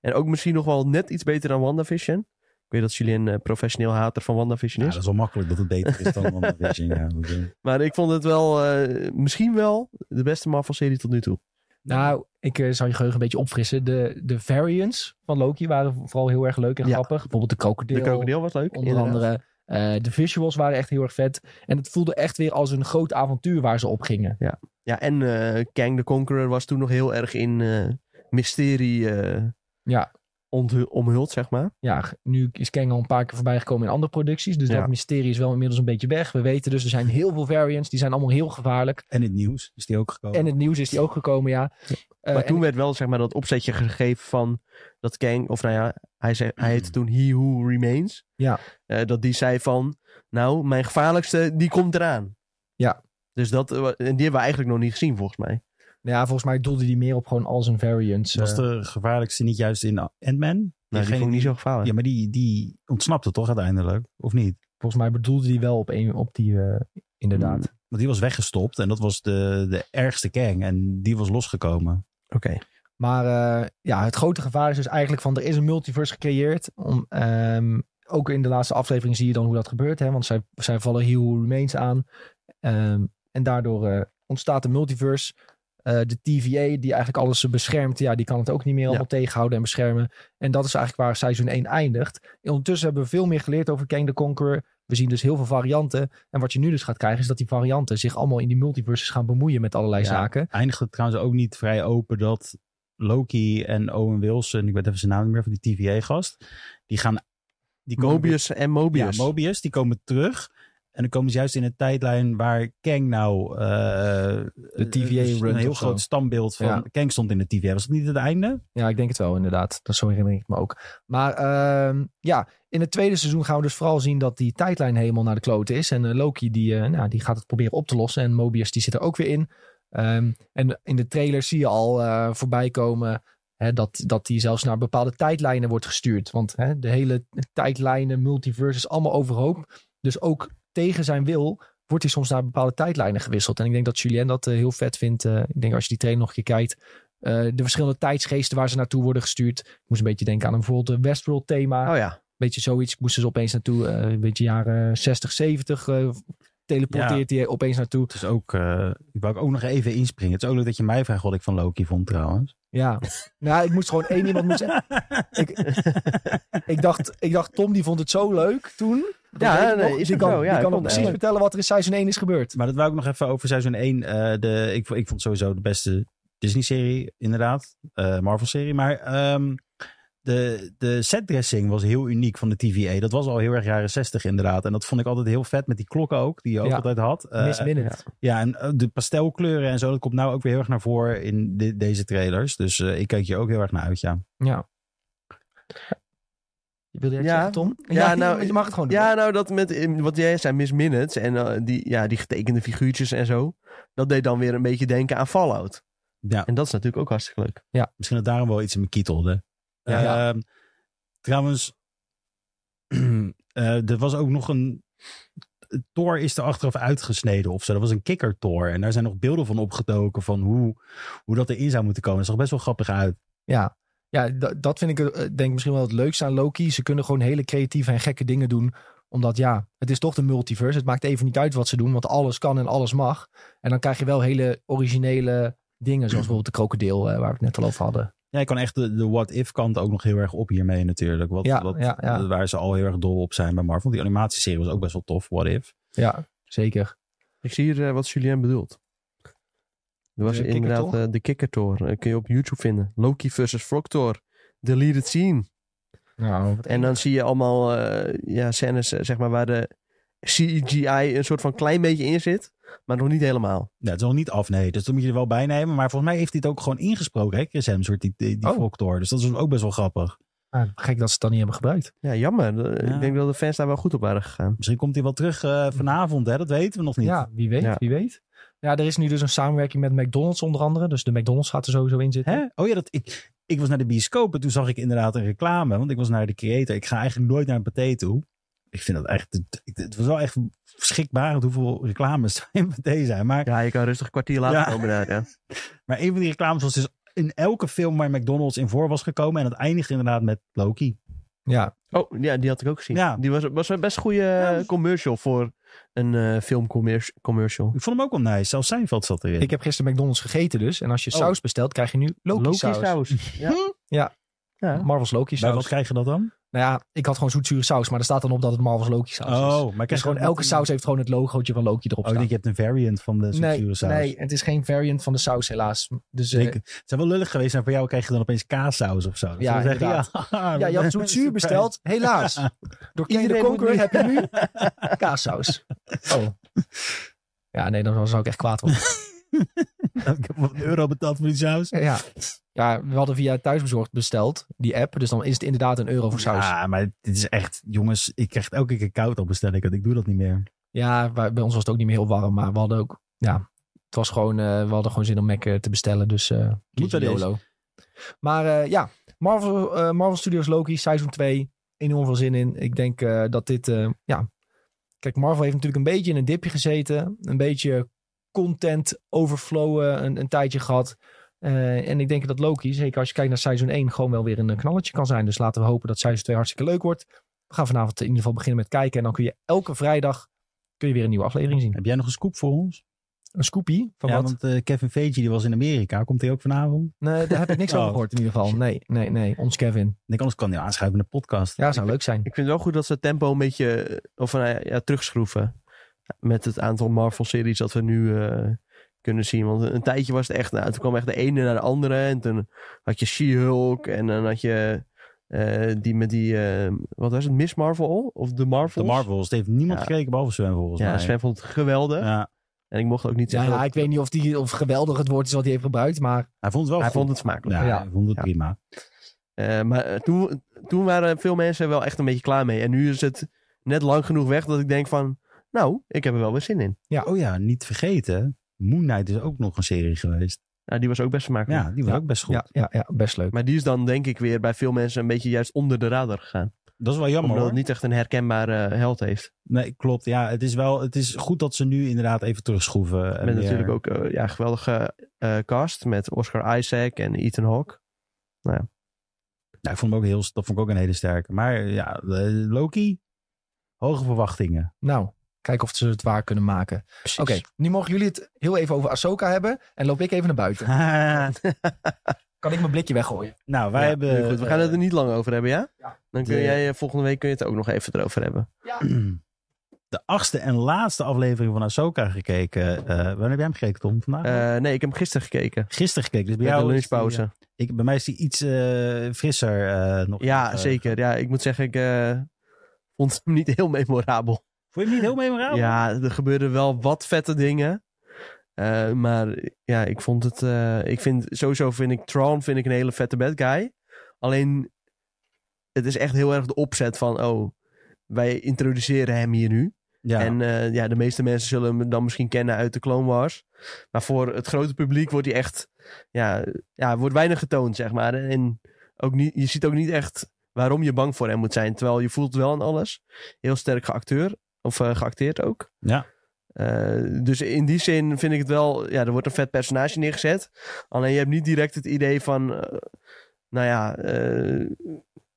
En ook misschien nog wel net iets beter dan WandaVision. Ik weet dat jullie een eh, professioneel hater van WandaVision
Ja,
is.
dat is wel makkelijk dat het beter is dan WandaVision. Ja, dat, eh,
Nou,
Maar ik vond het wel, eh, misschien wel, de beste Marvel-serie tot nu toe.
Nou, ik eh, zal je geheugen een beetje opfrissen. De, de variants van Loki waren vooral heel erg leuk en
Ja.
grappig. Bijvoorbeeld de krokodil.
De krokodil was leuk.
Onder
inderdaad.
andere. Eh, de visuals waren echt heel erg vet. En het voelde echt weer als een groot avontuur waar ze op gingen.
Ja, en eh, Kang the Conqueror was toen nog heel erg in eh, mysterie eh,
Ja.
onthu- omhuld, zeg maar.
ja, g- nu is Kang al een paar keer voorbij gekomen in andere producties. Dus
Ja.
dat mysterie is wel inmiddels een beetje weg. We weten dus, er zijn heel veel variants. Die zijn allemaal heel gevaarlijk.
en het nieuws is die ook gekomen.
En het nieuws is die ook gekomen, ja. Eh,
maar
en-
toen werd wel zeg maar dat opzetje gegeven van dat Kang, of nou ja, hij, zei, hij heette toen He Who Remains.
Ja.
Eh, dat die zei van, nou, mijn gevaarlijkste, die komt eraan.
Ja.
Dus dat, eh, wa- en die hebben we eigenlijk nog niet gezien volgens mij.
nou ja, volgens mij doelde die meer op gewoon al zijn variants.
was
eh.
de gevaarlijkste niet juist in Ant-Man?
Nou, die
Diegene
vond ik niet zo
die-
gevaarlijk.
Ja, maar die, die ontsnapte toch uiteindelijk? Of niet?
Volgens mij bedoelde die wel op, een, op die, eh, inderdaad.
Hmm,
Want die was weggestopt en dat was de, de ergste Kang. En die was losgekomen.
Oké.
Maar eh, ja, het grote gevaar is dus eigenlijk van er is een multiverse gecreëerd. Om, ehm, ook in de laatste aflevering zie je dan hoe dat gebeurt. Hè? Want zij, zij vallen He Who Remains aan. Ehm, en daardoor eh, ontstaat een multiverse. Eh, de TVA, die eigenlijk alles beschermt, ja, die kan het ook niet meer allemaal tegenhouden en beschermen. En dat is eigenlijk waar seizoen 1 eindigt. En ondertussen hebben we veel meer geleerd over Kang the Conqueror. We zien dus heel veel varianten. En wat je nu dus gaat krijgen, is dat die varianten zich allemaal in die multiverses gaan bemoeien met allerlei
Ja.
zaken.
Eindigt het trouwens ook niet vrij open dat Loki en Owen Wilson, ik weet even zijn naam niet meer van die TVA-gast, die gaan. Die komen-
Mobius en Mobius.
Ja, Mobius, die komen terug. En dan komen ze juist in een tijdlijn waar Kang nou... eh,
De TVA
eh, dus
runt
Een heel
of zo.
groot standbeeld van...
Ja.
Kang stond in de TVA. Was dat niet het einde?
Ja, ik denk het wel, inderdaad. Dat zo herinner ik het me ook. Maar ehm, ja, in het tweede seizoen gaan we dus vooral zien dat die tijdlijn helemaal naar de klote is. En eh, Loki die, eh, nou, die gaat het proberen op te lossen. En Mobius die zit er ook weer in. Ehm, en in de trailer zie je al eh, voorbij komen hè, dat, dat die zelfs naar bepaalde tijdlijnen wordt gestuurd. Want hè, de hele tijdlijnen, multiverse is allemaal overhoop. Dus ook tegen zijn wil wordt hij soms naar bepaalde tijdlijnen gewisseld. En ik denk dat Julien dat eh, heel vet vindt. Eh, ik denk als je die trailer nog een keer kijkt, eh, de verschillende tijdsgeesten waar ze naartoe worden gestuurd. Ik moest een beetje denken aan een bijvoorbeeld een Westworld thema.
Oh ja.
Beetje zoiets. Ik moest dus opeens naartoe. eh, een beetje jaren 60, 70. eh, teleporteert hij opeens naartoe.
Het is ook... eh ik wou ook nog even inspringen. Het is ook leuk dat je mij vraagt wat ik van Loki vond trouwens.
Ja. nou, ik moest gewoon één iemand moeten zeggen. Ik, ik, dacht, ik dacht, Tom die vond het zo leuk toen. Dat
Ja,
weet ik
nee,
nog.
is
die
ook
kan,
zo. Ja,
die
ik
kan
vond
ook
het
precies
leuk.
vertellen wat er in seizoen 1 is gebeurd.
Maar dat wou ik nog even over seizoen 1. eh, de, ik, vo- ik vond sowieso de beste Disney-serie, inderdaad. Eh, Marvel-serie. Maar ehm, de, de setdressing was heel uniek van de TVA. Dat was al heel erg jaren 60 inderdaad. En dat vond ik altijd heel vet met die klokken ook, die je ook
Ja.
altijd had. Eh,
Miss Minute.
ja, en eh, de pastelkleuren en zo, dat komt nou ook weer heel erg naar voren in de- deze trailers. Dus eh, ik kijk hier ook heel erg naar uit, ja.
Ja. Wilde jij het
Ja.
zeggen, Tom?
Ja, nou,
je mag het gewoon doen.
Ja, nou, dat met in- wat jij zei, Miss Minutes en eh, die, ja, die getekende figuurtjes en zo. Dat deed dan weer een beetje denken aan Fallout.
Ja,
En dat is natuurlijk ook hartstikke leuk.
misschien dat daarom wel iets in me kietelde.
Ja.
Ehm, Trouwens, eh, er was ook nog een... Thor is er achteraf uitgesneden of zo. Dat was een kikker Thor. En daar zijn nog beelden van opgedoken van hoe, hoe dat erin zou moeten komen. Dat zag best wel grappig uit.
Ja, ja da- dat vind ik eh, denk ik misschien wel het leukste aan Loki. Ze kunnen gewoon hele creatieve en gekke dingen doen. Omdat ja, het is toch de multiverse. Het maakt even niet uit wat ze doen, want alles kan en alles mag. En dan krijg je wel hele originele dingen. Zoals bijvoorbeeld de krokodil eh, waar we het net al over hadden.
Ja, je kan echt de, de what-if kant ook nog heel erg op hiermee natuurlijk. Wat,
Ja,
wat, eh,
ja, ja.
Waar ze al heel erg dol op zijn bij Marvel. Die animatieserie was ook best wel tof, what if.
Ja, zeker.
Ik zie hier eh, wat Julien bedoelt. Er was
De
inderdaad
kikkertor?
eh, de Kikkertor. Eh, kun je op YouTube vinden. Loki versus Frogtor. Deleted scene.
Nou,
En dan zie je allemaal eh, ja, scènes eh, zeg maar, waar de CGI een soort van klein beetje in zit. Maar nog niet helemaal.
Ja, het is nog niet af, nee. Dus dat moet je er wel bij nemen. Maar volgens mij heeft hij het ook gewoon ingesproken, hè, Chris Hemsworth, die, die, die
Oh.
Frogtor. Dus dat is ook best wel grappig.
eh, gek dat ze het dan niet hebben gebruikt.
Ja, jammer. Eh,
Ja.
Ik denk dat de fans daar wel goed op waren gegaan.
Misschien komt hij wel terug eh, vanavond, hè? Dat weten we nog niet.
Ja, wie weet,
Ja.
wie weet. Ja, er is nu dus een samenwerking met McDonald's onder andere. Dus de McDonald's gaat er sowieso in zitten.
Hè? Oh ja, dat, ik, ik was naar de bioscoop en toen zag ik inderdaad een reclame. Want ik was naar de creator. Ik ga eigenlijk nooit naar een paté toe. Ik vind dat echt... Het, het was wel echt verschrikbarend hoeveel reclames er in paté zijn. Maar,
Ja, je kan rustig een kwartier later
Ja.
komen daar. Ja.
maar een van die reclames was dus in elke film waar McDonald's in voor was gekomen. En het eindigde inderdaad met Loki.
Ja,
Oh, ja, die had ik ook gezien.
Ja.
Die was, was een best goede
Ja.
eh, commercial voor een eh filmcommercial. commercial.
Ik vond hem ook wel nice. Zelfs Seinfeld zat erin.
ik heb gisteren McDonald's gegeten dus. En als je
Oh.
saus bestelt, krijg je nu Loki, saus.
Ja.
Ja.
ja.
Marvel's Loki
Bij
saus.
wat krijg je dat dan?
Nou ja, ik had gewoon zoetzure saus, maar er staat dan op dat het Marvel's Loki saus is.
maar
Dus gewoon
krijg je Oh, dat
elke
met-
saus heeft gewoon het logootje van Loki erop
Oh, ik
staan.
denk je hebt een variant van de
nee,
saus.
nee, het is geen variant van de saus helaas. Dus eh,
Zeker. Het zou wel lullig geweest zijn voor jou, krijg je dan opeens kaassaus of zo. Dus Dan
Ja,
zou je zeggen,
inderdaad.
ja,
ja, je had zoetzuur besteld, helaas. Door King de
Iedereen moet
Conqueror
nu-
heb je nu kaassaus. Oh. Ja, nee, dan zou ik echt kwaad worden.
ik heb wel een euro betaald voor die saus.
Ja. ja, we hadden via Thuisbezorgd besteld, die app. Dus dan is het inderdaad een euro voor saus.
Ja, maar dit is echt, jongens, ik krijg het elke keer koud al bestel ik het. Ik doe dat niet meer.
Ja, bij bij ons was het ook niet meer heel warm, maar we hadden ook, ja, het was gewoon, eh, we hadden gewoon zin om Mac eh, te bestellen, dus eh
Moet wel
kies
eens.
YOLO. Maar eh, ja, Marvel, eh, Marvel Studios Loki, seizoen 2, enorm veel zin in. Ik denk eh, dat dit, eh, ja, kijk, Marvel heeft natuurlijk een beetje in een dipje gezeten, een beetje content overflowen een, een tijdje gehad. Eh, en ik denk dat Loki, zeker als je kijkt naar seizoen 1, gewoon wel weer een eh, knalletje kan zijn. Dus laten we hopen dat seizoen 2 hartstikke leuk wordt. We gaan vanavond in ieder geval beginnen met kijken. En dan kun je elke vrijdag kun je weer een nieuwe aflevering zien.
Heb jij nog een scoop voor ons?
Een scoopie? Van
ja,
wat?
want eh, Kevin Feige die was in Amerika. Komt hij ook vanavond?
Nee, daar heb ik niks
Oh.
over gehoord in ieder geval. Nee, nee, nee. Ons Kevin.
Ik denk, anders kan hij aanschuiven in de podcast.
Ja, zou leuk zijn.
Ik vind het wel goed dat ze het tempo een beetje eh, of, nou ja, ja, terugschroeven. Met het aantal Marvel-series dat we nu eh, kunnen zien. Want een tijdje was het echt... Nou, toen kwam echt de ene naar de andere. En toen had je She-Hulk. En dan had je eh, die met die... eh, wat was het? Miss Marvel? Of The Marvels?
De Marvels. Het heeft niemand
Ja.
gekeken behalve Sven volgens
Ja,
mij.
Sven vond het geweldig.
Ja.
En ik mocht ook niet
Ja,
zeggen...
ja,
dat-
ik weet niet of, die, of geweldig het woord is wat hij heeft gebruikt, maar
Hij vond het wel
Hij
goed.
vond het smakelijk.
ja,
Ja.
hij vond het
Ja.
prima.
Eh, maar eh, toen, toen waren veel mensen wel echt een beetje klaar mee. En nu is het net lang genoeg weg dat ik denk van... Nou, ik heb er wel weer zin in.
Ja.
Oh ja, niet vergeten. Moon Knight is ook nog een serie geweest.
Nou, die was ook best smakelijk.
Ja, die was
Ja.
ook best goed.
ja, ja, ja, best leuk.
Maar die is dan denk ik weer bij veel mensen een beetje juist onder de radar gegaan.
Dat is wel jammer
omdat
hoor.
het niet echt een herkenbare eh, held heeft.
Nee, klopt. Ja, het is wel. Het is goed dat ze nu inderdaad even terugschroeven. en
met
weer-
natuurlijk ook eh, ja, geweldige eh, cast met Oscar Isaac en Ethan Hawke.
Nou, ik vond hem ook heel. Dat vond ik ook een hele sterke. Maar ja, eh, Loki. Hoge verwachtingen.
Nou, kijk of ze het waar kunnen maken.
Precies.
Oké, nu mogen jullie het heel even over Ahsoka hebben. En loop ik even naar buiten. Kan ik mijn blikje weggooien?
nou, wij
Ja,
hebben.
nu goed, we gaan het er niet lang over hebben, ja?
Ja.
Dan kun
De-
jij eh, volgende week kun je het ook nog even erover hebben.
de achtste en laatste aflevering van Ahsoka gekeken. Eh, wanneer heb jij hem gekeken, Tom? Vandaag?
Eh, nee, ik heb hem gisteren gekeken.
Gisteren gekeken. Dus bij
Bij de
jou is die-
lunchpauze.
ik, bij mij is die iets eh, frisser eh, nog.
Ja,
nog, eh,
zeker. Ja, ik moet zeggen, ik eh, vond hem niet heel memorabel.
Vond je hem niet heel memorabel?
Ja, er gebeurden wel wat vette dingen. Eh, maar ja, ik vond het... eh, ik vind, sowieso vind ik Tron vind ik een hele vette bad guy. Alleen, het is echt heel erg de opzet van... Oh, wij introduceren hem hier nu.
Ja.
En eh, ja, de meeste mensen zullen hem dan misschien kennen uit de Clone Wars. Maar voor het grote publiek wordt hij echt... Ja, ja wordt weinig getoond, zeg maar. En ook niet, je ziet ook niet echt waarom je bang voor hem moet zijn. Terwijl je voelt wel aan alles. Heel sterk geacteur, of eh, geacteerd ook.
Ja.
Eh, dus in die zin vind ik het wel... Ja, er wordt een vet personage neergezet. Alleen je hebt niet direct het idee van... eh, nou ja... eh,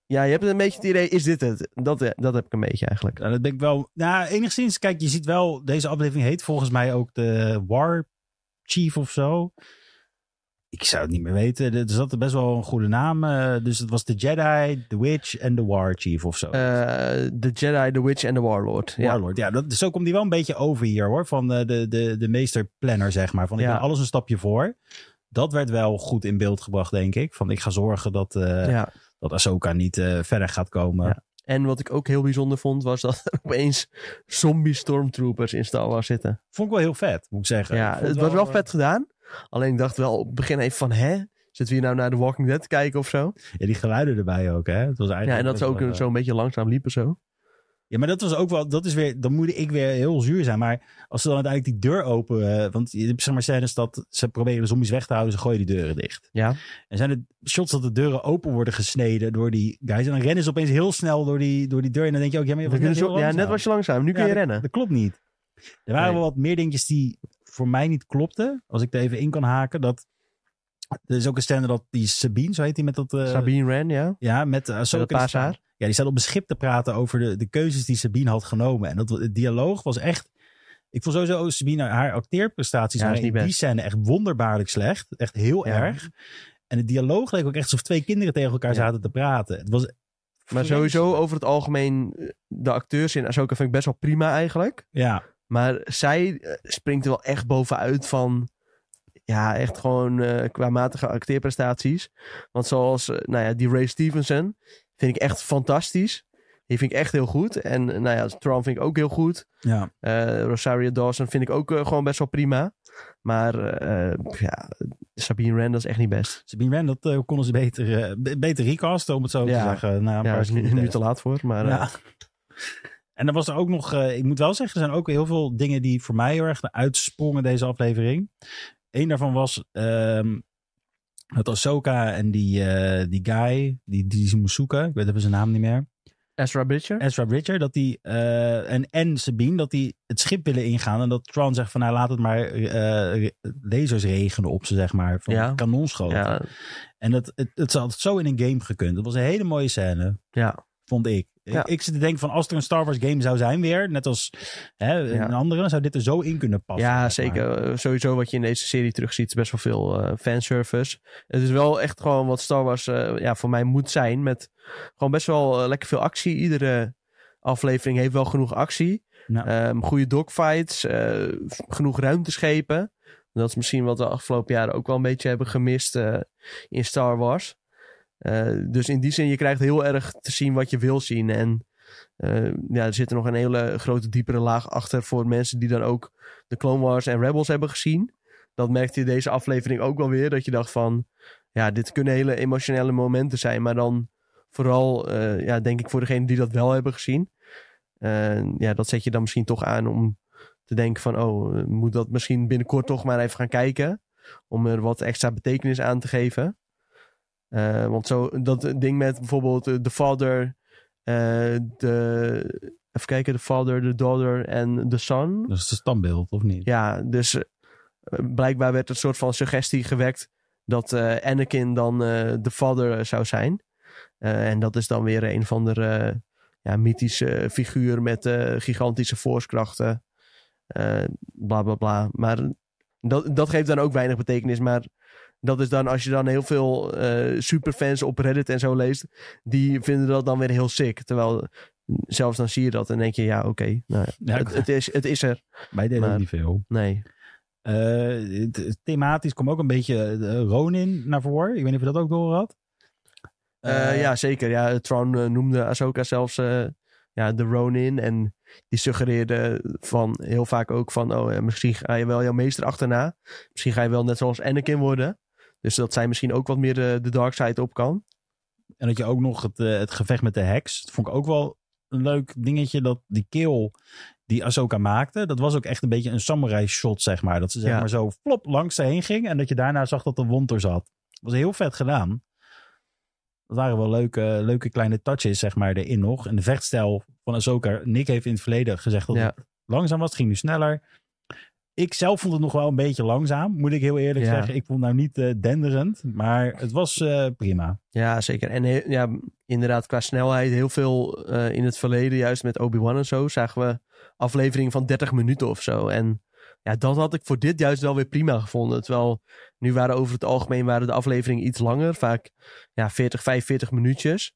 ja, je hebt een beetje het idee, is dit het? Dat, eh, dat heb ik een beetje eigenlijk.
Ja, dat ben ik wel. Nou, enigszins. Kijk, je ziet wel. Deze aflevering heet volgens mij ook de War Chief of zo. Ik zou het niet meer weten. Er zat er best wel een goede naam. eh, dus het was de Jedi, de Witch en de War Chief of zo.
Eh, de Jedi, de Witch en de Warlord. Ja.
Warlord. Ja, dat, zo komt die wel een beetje over hier hoor. Van eh, de, de, de meesterplanner, zeg maar. Van ik
Ja.
ben alles een stapje voor. Dat werd wel goed in beeld gebracht, denk ik. Van ik ga zorgen dat, eh,
Ja.
dat Ahsoka niet eh, verder gaat komen.
Ja. En wat ik ook heel bijzonder vond, was dat er opeens zombie stormtroopers in Star Wars zitten.
Vond ik wel heel vet, moet ik zeggen. Ik
Ja,
vond
het was wel
eh,
vet gedaan. Alleen ik dacht wel op het begin even van, hè? Zitten we hier nou naar The Walking Dead te kijken of zo?
Ja, die geluiden erbij ook, hè? Het was eigenlijk
Ja, en dat
best
ze ook
wel, eh,
zo'n beetje langzaam liepen zo.
Ja, maar dat was ook wel, dat is weer, dan moet ik weer heel zuur zijn. Maar als ze dan uiteindelijk die deur open, eh, want je hebt zeg maar scènes dat ze proberen de zombies weg te houden, ze gooien die deuren dicht.
Ja.
En zijn er shots dat de deuren open worden gesneden door die guys. En dan rennen ze opeens heel snel door die, door die deur. En dan denk je ook, ja, maar je
Dan
wordt
kunnen ze-
heel
ja,
langzaam.
net was je langzaam. Nu kun
Ja,
je
dat-
rennen.
Dat klopt niet. Er waren
Nee.
wel wat meer dingetjes die voor mij niet klopten. Als ik er even in kan haken, dat... Er is ook een scène dat die Sabine, zo heet die met dat... eh,
Sabine ran, ja.
Ja, met uh,
Met dat paarse haar.
ja, die staat op een schip te praten over de, de keuzes die Sabine had genomen. En dat het dialoog was echt. Ik vond sowieso Sabine haar acteerprestaties
Ja, is
waren in
niet
die
best.
scène echt wonderbaarlijk slecht. Echt heel
Ja.
erg. En het dialoog leek ook echt alsof twee kinderen tegen elkaar
Ja.
zaten te praten. Het was.
Maar sowieso over het algemeen, eh, de acteurs in Ahsoka vind ik best wel prima eigenlijk.
Ja,
Maar zij eh, springt er wel echt bovenuit van. Ja, echt gewoon eh qua matige acteerprestaties. Want zoals, eh, nou ja, die Ray Stevenson vind ik echt fantastisch. Die vind ik echt heel goed. En eh, nou ja, Tron vind ik ook heel goed.
ja.
Eh, Rosario Dawson vind ik ook eh, gewoon best wel prima. Maar eh, ja, Sabine Rand dat is echt niet best.
Sabine Rand, dat eh, konden ze beter, eh, be- beter recasten, om het zo
Ja.
te zeggen. Na een
ja,
paar
is nu,
seizoenen.
nu te laat voor. Maar eh,
Ja. En dan was er ook nog, eh, ik moet wel zeggen, er zijn ook heel veel dingen die voor mij heel erg uitsprongen deze aflevering. Eén daarvan was ehm dat Ahsoka en die, eh, die guy, die, die ze moest zoeken, ik weet even zijn naam niet meer,
Ezra Bridger?
Ezra Bridger, dat die, eh, en, en Sabine, dat die het schip willen ingaan. En dat Tron zegt van, nou laat het maar eh lasers regenen op ze, zeg maar, van
Ja.
kanonschoten.
Ja,
En dat, het, het had zo in een game gekund. Dat was een hele mooie scène,
ja.
vond ik.
Ja.
Ik, ik zit te denken van als er een Star Wars game zou zijn weer, net als hè,
Ja.
een andere, zou dit er zo in kunnen passen.
ja,
zeg maar.
zeker. Eh, Sowieso wat je in deze serie terugziet is best wel veel eh, fanservice. Het is wel echt gewoon wat Star Wars eh, ja, voor mij moet zijn. Met gewoon best wel eh, lekker veel actie. Iedere aflevering heeft wel genoeg actie.
Ja.
Ehm, goede dogfights. eh, genoeg ruimteschepen. Dat is misschien wat we de afgelopen jaren ook wel een beetje hebben gemist eh, in Star Wars. Eh, dus in die zin, je krijgt heel erg te zien wat je wil zien. En eh, ja, er zit er nog een hele grote diepere laag achter voor mensen die dan ook de Clone Wars en Rebels hebben gezien. Dat merkte je deze aflevering ook wel weer. Dat je dacht van, ja, dit kunnen hele emotionele momenten zijn. Maar dan vooral, eh, ja, denk ik voor degenen die dat wel hebben gezien. eh, ja, dat zet je dan misschien toch aan om te denken van, oh, eh, moet dat misschien binnenkort toch maar even gaan kijken. Om er wat extra betekenis aan te geven. Eh, want zo, dat ding met bijvoorbeeld eh, de father, eh, de, even kijken, de father, de daughter en de son.
Dat is het standbeeld, of niet?
Ja, dus eh, blijkbaar werd een soort van suggestie gewekt dat eh, Anakin dan eh, de vader zou zijn. Eh, en dat is dan weer een van de eh, ja, mythische figuur met eh, gigantische voorskrachten. Eh, bla bla bla. Maar dat, dat geeft dan ook weinig betekenis. Maar dat is dan, als je dan heel veel eh, superfans op Reddit en zo leest, die vinden dat dan weer heel sick. Terwijl zelfs dan zie je dat en denk je, ja, oké. nou, ja,
Ja,
het, het, is, het is er.
Wij deden
maar-
ook niet veel.
Nee.
Eh, het- thematisch kwam ook een beetje eh, Ronin naar voren. Ik weet niet of je dat ook door had.
Eh,
Eh,
ja, zeker. Ja, Tron eh, noemde Ahsoka zelfs eh, ja, de Ronin. En die suggereerde van, heel vaak ook van... Oh, eh, misschien ga je wel jouw meester achterna. Misschien ga je wel net zoals Anakin worden. Dus dat zij misschien ook wat meer eh, de dark side op kan.
En dat je ook nog het, eh, het gevecht met de heks. Dat vond ik ook wel een leuk dingetje. Dat die kill die Ahsoka maakte. Dat was ook echt een beetje een samurai shot, zeg maar. Dat ze zeg
Ja.
maar zo flop langs ze heen ging. En dat je daarna zag dat er wond er zat. Dat was heel vet gedaan. Dat waren wel leuke, leuke kleine touches, zeg maar, erin nog. En de vechtstijl van Ahsoka. Nick heeft in het verleden gezegd dat
Ja.
het langzaam was. Het ging nu sneller. Ik zelf vond het nog wel een beetje langzaam, moet ik heel eerlijk
Ja.
zeggen. Ik vond het nou niet eh, denderend, maar het was eh, prima.
Ja, zeker. En he- ja, inderdaad, qua snelheid heel veel eh, in het verleden, juist met Obi-Wan en zo, zagen we afleveringen van 30 minuten of zo. En ja, dat had ik voor dit juist wel weer prima gevonden. Terwijl nu waren over het algemeen waren de afleveringen iets langer, vaak ja, 40, 45 minuutjes.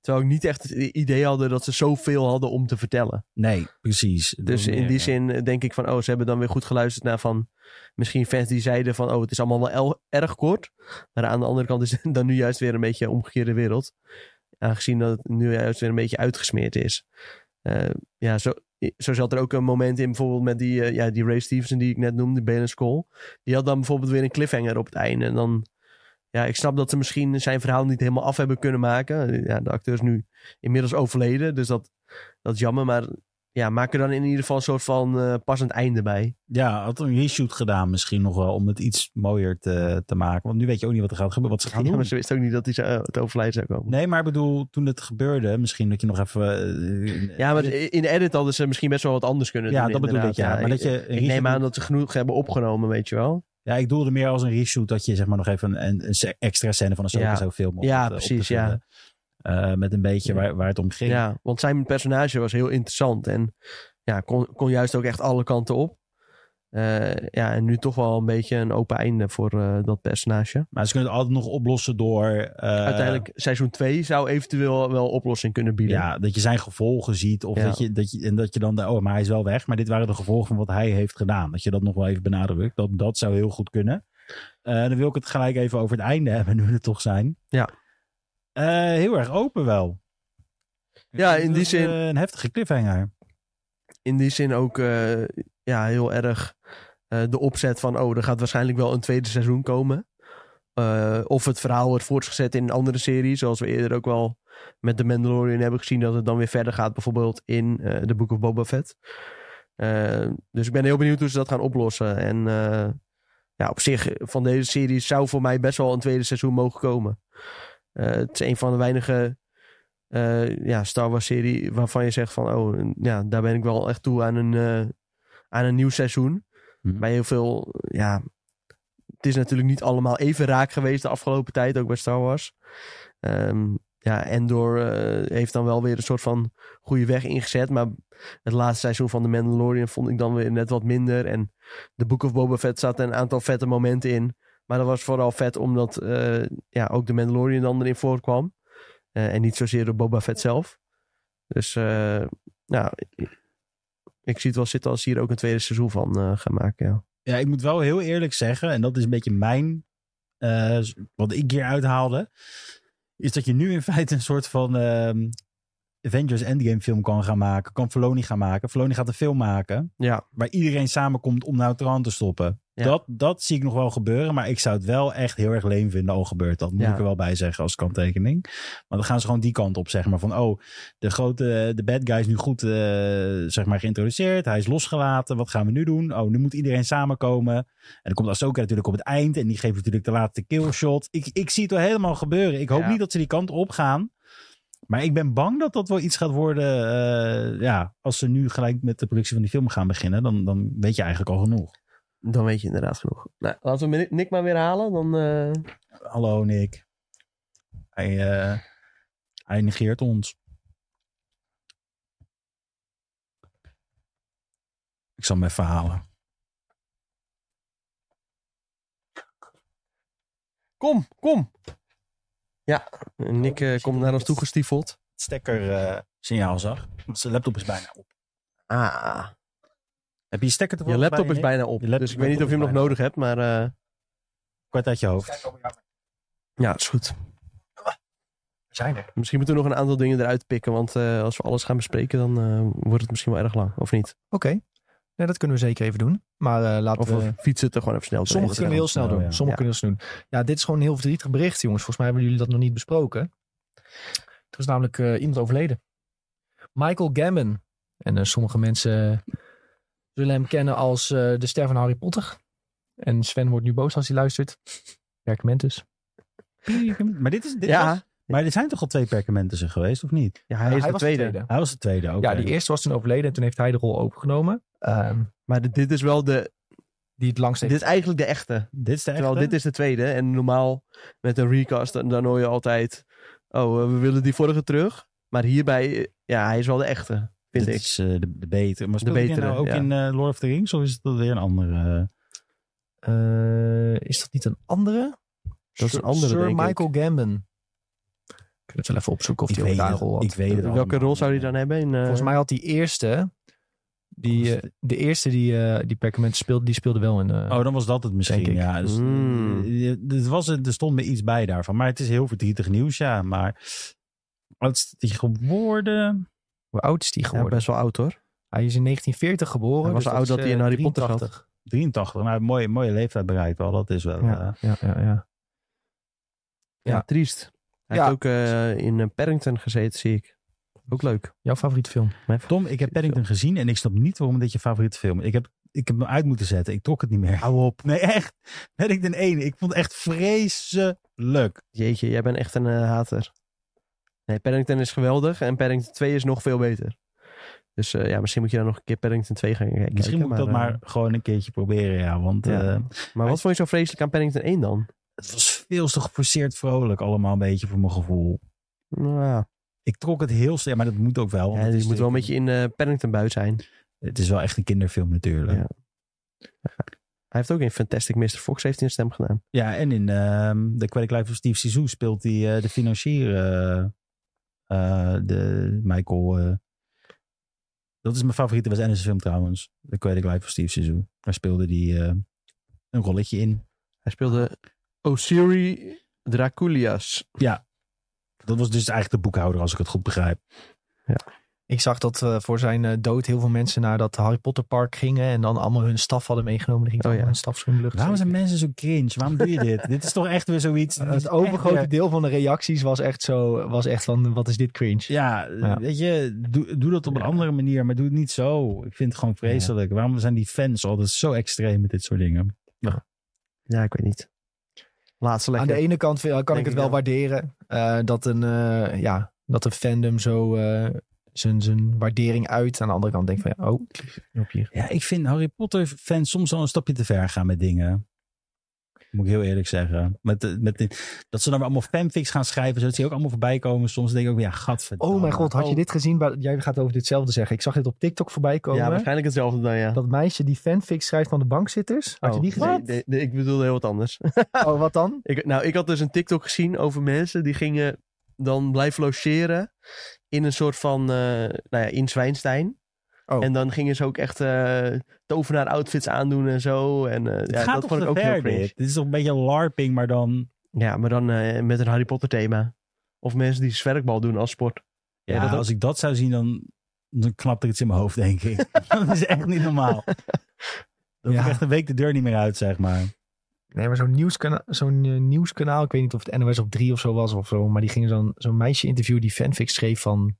Terwijl ik niet echt het i- idee hadden dat ze zoveel hadden om te vertellen.
Nee, precies. Het
Dus
was
in
meer,
die
ja.
zin eh, denk ik van, oh, ze hebben dan weer goed geluisterd naar van misschien fans die zeiden van, oh, het is allemaal wel el- erg kort. Maar aan de andere kant is het dan nu juist weer een beetje een omgekeerde wereld. Aangezien dat het nu juist weer een beetje uitgesmeerd is. Eh, ja, zo, zo zat er ook een moment in bijvoorbeeld met die, eh, ja, die Ray Stevenson die ik net noemde, Balen Skull. Die had dan bijvoorbeeld weer een cliffhanger op het einde. En dan, ja, ik snap dat ze misschien zijn verhaal niet helemaal af hebben kunnen maken. Ja, de acteur is nu inmiddels overleden, dus dat, dat is jammer. Maar ja, maak er dan in ieder geval een soort van eh, passend einde bij.
Ja, had een reshoot gedaan misschien nog wel om het iets mooier te, te maken. Want nu weet je ook niet wat er gaat gebeuren, wat ze gaan
Ja,
doen.
maar ze wist ook niet dat hij zou, het overlijden zou komen.
Nee, maar ik bedoel, toen het gebeurde, misschien dat je nog even... eh,
Ja, maar in de edit hadden ze misschien best wel wat anders kunnen
ja
doen.
dat bedoel ik,
inderdaad.
ja. Maar dat je een
ik, ik
reshoot
neem aan
doet-
dat ze genoeg hebben opgenomen, weet je wel.
Ja, ik doelde meer als een reshoot dat je zeg maar nog even een- een, een se- extra scène van een
Ja.
ja. zo film op,
Ja,
op te
precies, ja.
vullen. Eh, met een beetje
Ja.
waar, waar het om ging.
Ja, want zijn personage was heel interessant en ja, kon, kon juist ook echt alle kanten op. Eh, ja, en nu toch wel een beetje een open einde voor eh, dat personage.
Maar ze kunnen het altijd nog oplossen door... eh,
Uiteindelijk, seizoen 2 zou eventueel wel oplossing kunnen bieden.
Ja, dat je zijn gevolgen ziet. Of
Ja.
dat je, dat je, en dat je dan, oh, maar hij is wel weg. Maar dit waren de gevolgen van wat hij heeft gedaan. Dat je dat nog wel even benadrukt. Dat, dat zou heel goed kunnen. Eh, dan wil ik het gelijk even over het einde hebben, nu we er toch zijn.
Ja.
Eh, heel erg open wel.
Ja, in
Dat
die
is,
zin-
eh, een heftige cliffhanger.
in die zin ook eh, ja, heel erg eh, de opzet van... oh, er gaat waarschijnlijk wel een tweede seizoen komen. Eh, of het verhaal wordt voortgezet in een andere serie... zoals we eerder ook wel met The Mandalorian hebben gezien... dat het dan weer verder gaat bijvoorbeeld in de The Book of Boba Fett. Eh, dus ik ben heel benieuwd hoe ze dat gaan oplossen. En eh, ja, op zich, eh, van deze serie zou voor mij best wel een tweede seizoen mogen komen. Eh, het is een van de weinige eh, ja, Star Wars serie waarvan je zegt van... oh, een- ja, daar ben ik wel echt toe aan een, eh, aan een nieuw seizoen.
Hmm.
Bij heel veel, ja... Het is natuurlijk niet allemaal even raak geweest de afgelopen tijd, ook bij Star Wars. Ehm, ja, Endor eh, heeft dan wel weer een soort van goede weg ingezet. Maar het laatste seizoen van The Mandalorian vond ik dan weer net wat minder. En The Book of Boba Fett zat een aantal vette momenten in. Maar dat was vooral vet omdat eh, ja, ook The Mandalorian dan erin voorkwam. Eh, en niet zozeer door Boba Fett zelf. Dus eh, nou, ik- ik zie het wel zitten als ze hier ook een tweede seizoen van eh, gaan maken. Ja.
Ja, ik moet wel heel eerlijk zeggen, en dat is een beetje mijn. eh, wat ik hier uithaalde. Is dat je nu in feite een soort van. ehm, Avengers Endgame film kan gaan maken. Kan Filoni gaan maken. Filoni gaat een film maken.
Ja.
Waar iedereen samenkomt om Neutraan te stoppen.
Ja.
Dat, dat zie ik nog wel gebeuren. Maar ik zou het wel echt heel erg leem vinden. Al gebeurt dat. Moet
Ja.
ik er wel bij zeggen als kanttekening. Maar dan gaan ze gewoon die kant op. Zeg maar van. Oh, de grote, de bad guy is nu goed eh, zeg maar geïntroduceerd. Hij is losgelaten. Wat gaan we nu doen? Oh, nu moet iedereen samenkomen. En dan komt Ahsoka natuurlijk op het eind. En die geeft natuurlijk de laatste killshot. Ik, ik zie het wel helemaal gebeuren. Ik hoop
Ja.
niet dat ze die kant op gaan. Maar ik ben bang dat dat wel iets gaat worden. eh, ja, als ze nu gelijk met de productie van die film gaan beginnen, dan, dan weet je eigenlijk al genoeg.
Dan weet je inderdaad genoeg. Nou, laten we Nick maar weer halen. Dan, eh,
Hallo Nick. Hij, eh, hij negeert ons. Ik zal hem even halen.
Kom, kom. Ja, Nick eh, komt naar ons toe gestiefeld.
Het stekker eh, signaal zag. Want zijn laptop is bijna op.
Ah,
Heb je je stekker te
je laptop is bijna op.
Je laptop-
Dus ik weet niet of je hem nog
laptop
nodig hebt, maar eh,
Kwart uit je hoofd.
ja, is goed.
Zijn er.
Misschien moeten we nog een aantal dingen eruit pikken, want eh, als we alles gaan bespreken, dan eh, wordt het misschien wel erg lang, of niet?
Oké. Nee, dat kunnen we zeker even doen. Maar eh, laten
Of
we...
we fietsen het er gewoon even snel doorheen.
Sommige kunnen we heel snel
Oh,
doen.
ja.
Sommige
Ja.
kunnen we snel doen. Ja, dit is gewoon een heel verdrietig bericht, jongens. Volgens mij hebben jullie dat nog niet besproken. Er is namelijk eh, iemand overleden. Michael Gammon. En eh, sommige mensen zullen hem kennen als eh, de ster van Harry Potter. En Sven wordt nu boos als hij luistert. Perkament dus.
Maar, dit is, dit was-
Ja,
maar er zijn toch al twee perkamenten geweest, of niet?
ja, hij is de tweede.
Hij was de tweede ook.
Ja, die eerste was toen overleden en toen heeft hij de rol overgenomen. ehm,
Maar dit- dit is wel de,
die het langst
dit
heeft.
is eigenlijk de echte.
Dit is de echte?
Terwijl dit is de tweede. En normaal met een recast, dan, dan hoor je altijd... Oh, eh, we willen die vorige terug. Maar hierbij, eh, ja, hij is wel de echte, vind
Dit
ik.
is eh, de, de betere. Maar speelt
betere,
betere, nou ook
ja.
in eh, Lord of the Rings? Of is dat weer een andere... eh,
Eh, is dat niet een andere?
Dat is een
Sir-
andere,
Sir
denk ik.
Michael Gambon. Ik kan het wel even opzoeken of
Ik
hij ook
weet
daar een
het-
rol had.
ik weet het allemaal
Welke rol
niet
zou hij
meer.
dan hebben? In, eh,
Volgens mij had die eerste, die, eh, de eerste die, eh die Perkament speelde, die speelde wel in... eh,
Oh, dan was dat het misschien.
Denk ik.
Ja, dus,
Mm.
eh, dus was het, er stond me iets bij daarvan. Maar het is heel verdrietig nieuws, ja. Maar wat is die geworden?
Hoe oud is die
ja,
geworden?
best wel oud hoor.
hij is in 1940 geboren.
Hij was
dus
zo oud dat
is,
hij in
eh,
Harry Potter
83.
83. Nou, mooie, mooie leeftijd bereikt wel. Dat is wel. eh,
Ja, ja, ja. ja.
Ja,
Ja.
triest. Hij
Ja.
heeft ook eh, in eh, Paddington gezeten, zie ik. Ook leuk.
Jouw favoriete film?
Mijn
Tom, ik heb Paddington gezien en ik snap niet waarom dit je favoriete film is. Ik heb, ik heb hem uit moeten zetten. Ik trok het niet meer. Hou op. Nee, echt. Paddington 1. Ik vond het echt vreselijk.
Jeetje, jij bent echt een eh, hater. Nee, Paddington is geweldig en Paddington 2 is nog veel beter. Dus eh, ja, misschien moet je dan nog een keer Paddington 2 gaan kijken.
Misschien moet ik dat
eh,
maar gewoon een keertje proberen, ja. Want
Ja.
eh,
maar wat vond je zo vreselijk aan Paddington 1 dan?
het was veel te geforceerd vrolijk allemaal een beetje voor mijn gevoel.
Nou, ja.
Ik trok het heel sterk, maar dat moet ook wel. want
Ja,
het
dus
is
je moet wel een
natuurlijk-
beetje in eh Paddington buiten zijn.
Het is wel echt een kinderfilm natuurlijk.
Ja.
Ja,
Hij heeft ook in Fantastic Mr. Fox heeft hij een stem gedaan.
en in ehm The Aquatic Life of Steve Zissou speelt hij eh, de financier, eh, eh, de Michael. eh. dat is mijn favoriete Wes Anderson film trouwens. The Aquatic Life of Steve Zissou. Daar speelde hij eh, een rolletje in.
Hij speelde Osiri Draculias.
Dat was dus eigenlijk de boekhouder, als ik het goed begrijp.
Ik zag dat eh, voor zijn eh, dood heel veel mensen naar dat Harry Potter park gingen en dan allemaal hun staf hadden meegenomen. Dan gingen ze
Oh, ja.
allemaal hun staf in de lucht.
Waarom
steken.
zijn mensen zo cringe? Waarom doe je dit? dit is toch echt weer zoiets.
Eh,
dit is
het
echt
overgrote
weer-
deel van de reacties was echt zo, was echt van, wat is dit cringe?
Ja,
Ja.
weet je, doe, doe dat op een
Ja.
andere manier, maar doe het niet zo. Ik vind het gewoon vreselijk. Waarom zijn die fans altijd zo extreem met dit soort dingen?
Ja, ik weet niet. Laatste
Aan
lekker.
de ene kant vind- kan
Denk
ik het
ik
wel
wel.
waarderen eh, dat, een, eh, ja, dat een fandom zo eh, zijn, zijn waardering uit. Aan de andere kant denk ik van, ja, oh, op hier.
Ja, ik vind Harry Potter fans soms al een stapje te ver gaan met dingen. Moet ik heel eerlijk zeggen. Met, de- met de- dat ze dan weer allemaal fanfics gaan schrijven. Zodat ze ook allemaal voorbij komen. Soms denk ik ook, ja, gadverdamme.
Oh mijn god, had je dit gezien? Bij- Jij gaat over ditzelfde zeggen. Ik zag dit op TikTok voorbij komen.
Ja, waarschijnlijk hetzelfde dan, ja. Oh,
Dat meisje die fanfic schrijft van de bankzitters. Had je die
nee,
gezien?
nee, nee, ik bedoelde heel wat anders.
Oh, wat dan?
Ik, nou, ik had dus een TikTok gezien over mensen die gingen dan blijven logeren in een soort van, eh, nou ja, in Zwijnstein.
Oh.
En dan gingen ze ook echt eh, tovenaar outfits aandoen en zo. En eh,
Het
ja,
gaat
dat
toch
vond ik
te
ook
ver,
heel cringe.
dit. Dit is toch een beetje larping, maar dan...
Ja, maar dan eh, met een Harry Potter thema. Of mensen die zwerkbal doen als sport.
Ja,
Jij dat ook?
als ik dat zou zien, dan, dan knapt er iets in mijn hoofd, denk ik. dat is echt niet normaal. Dan
Ja.
heb ik echt een week de deur niet meer uit, zeg maar.
Nee, maar zo'n nieuwskana- zo'n, eh, nieuwskanaal, ik weet niet of het NOS op 3 of zo was of zo, maar die gingen zo'n zo'n meisje interviewen die fanfic schreef van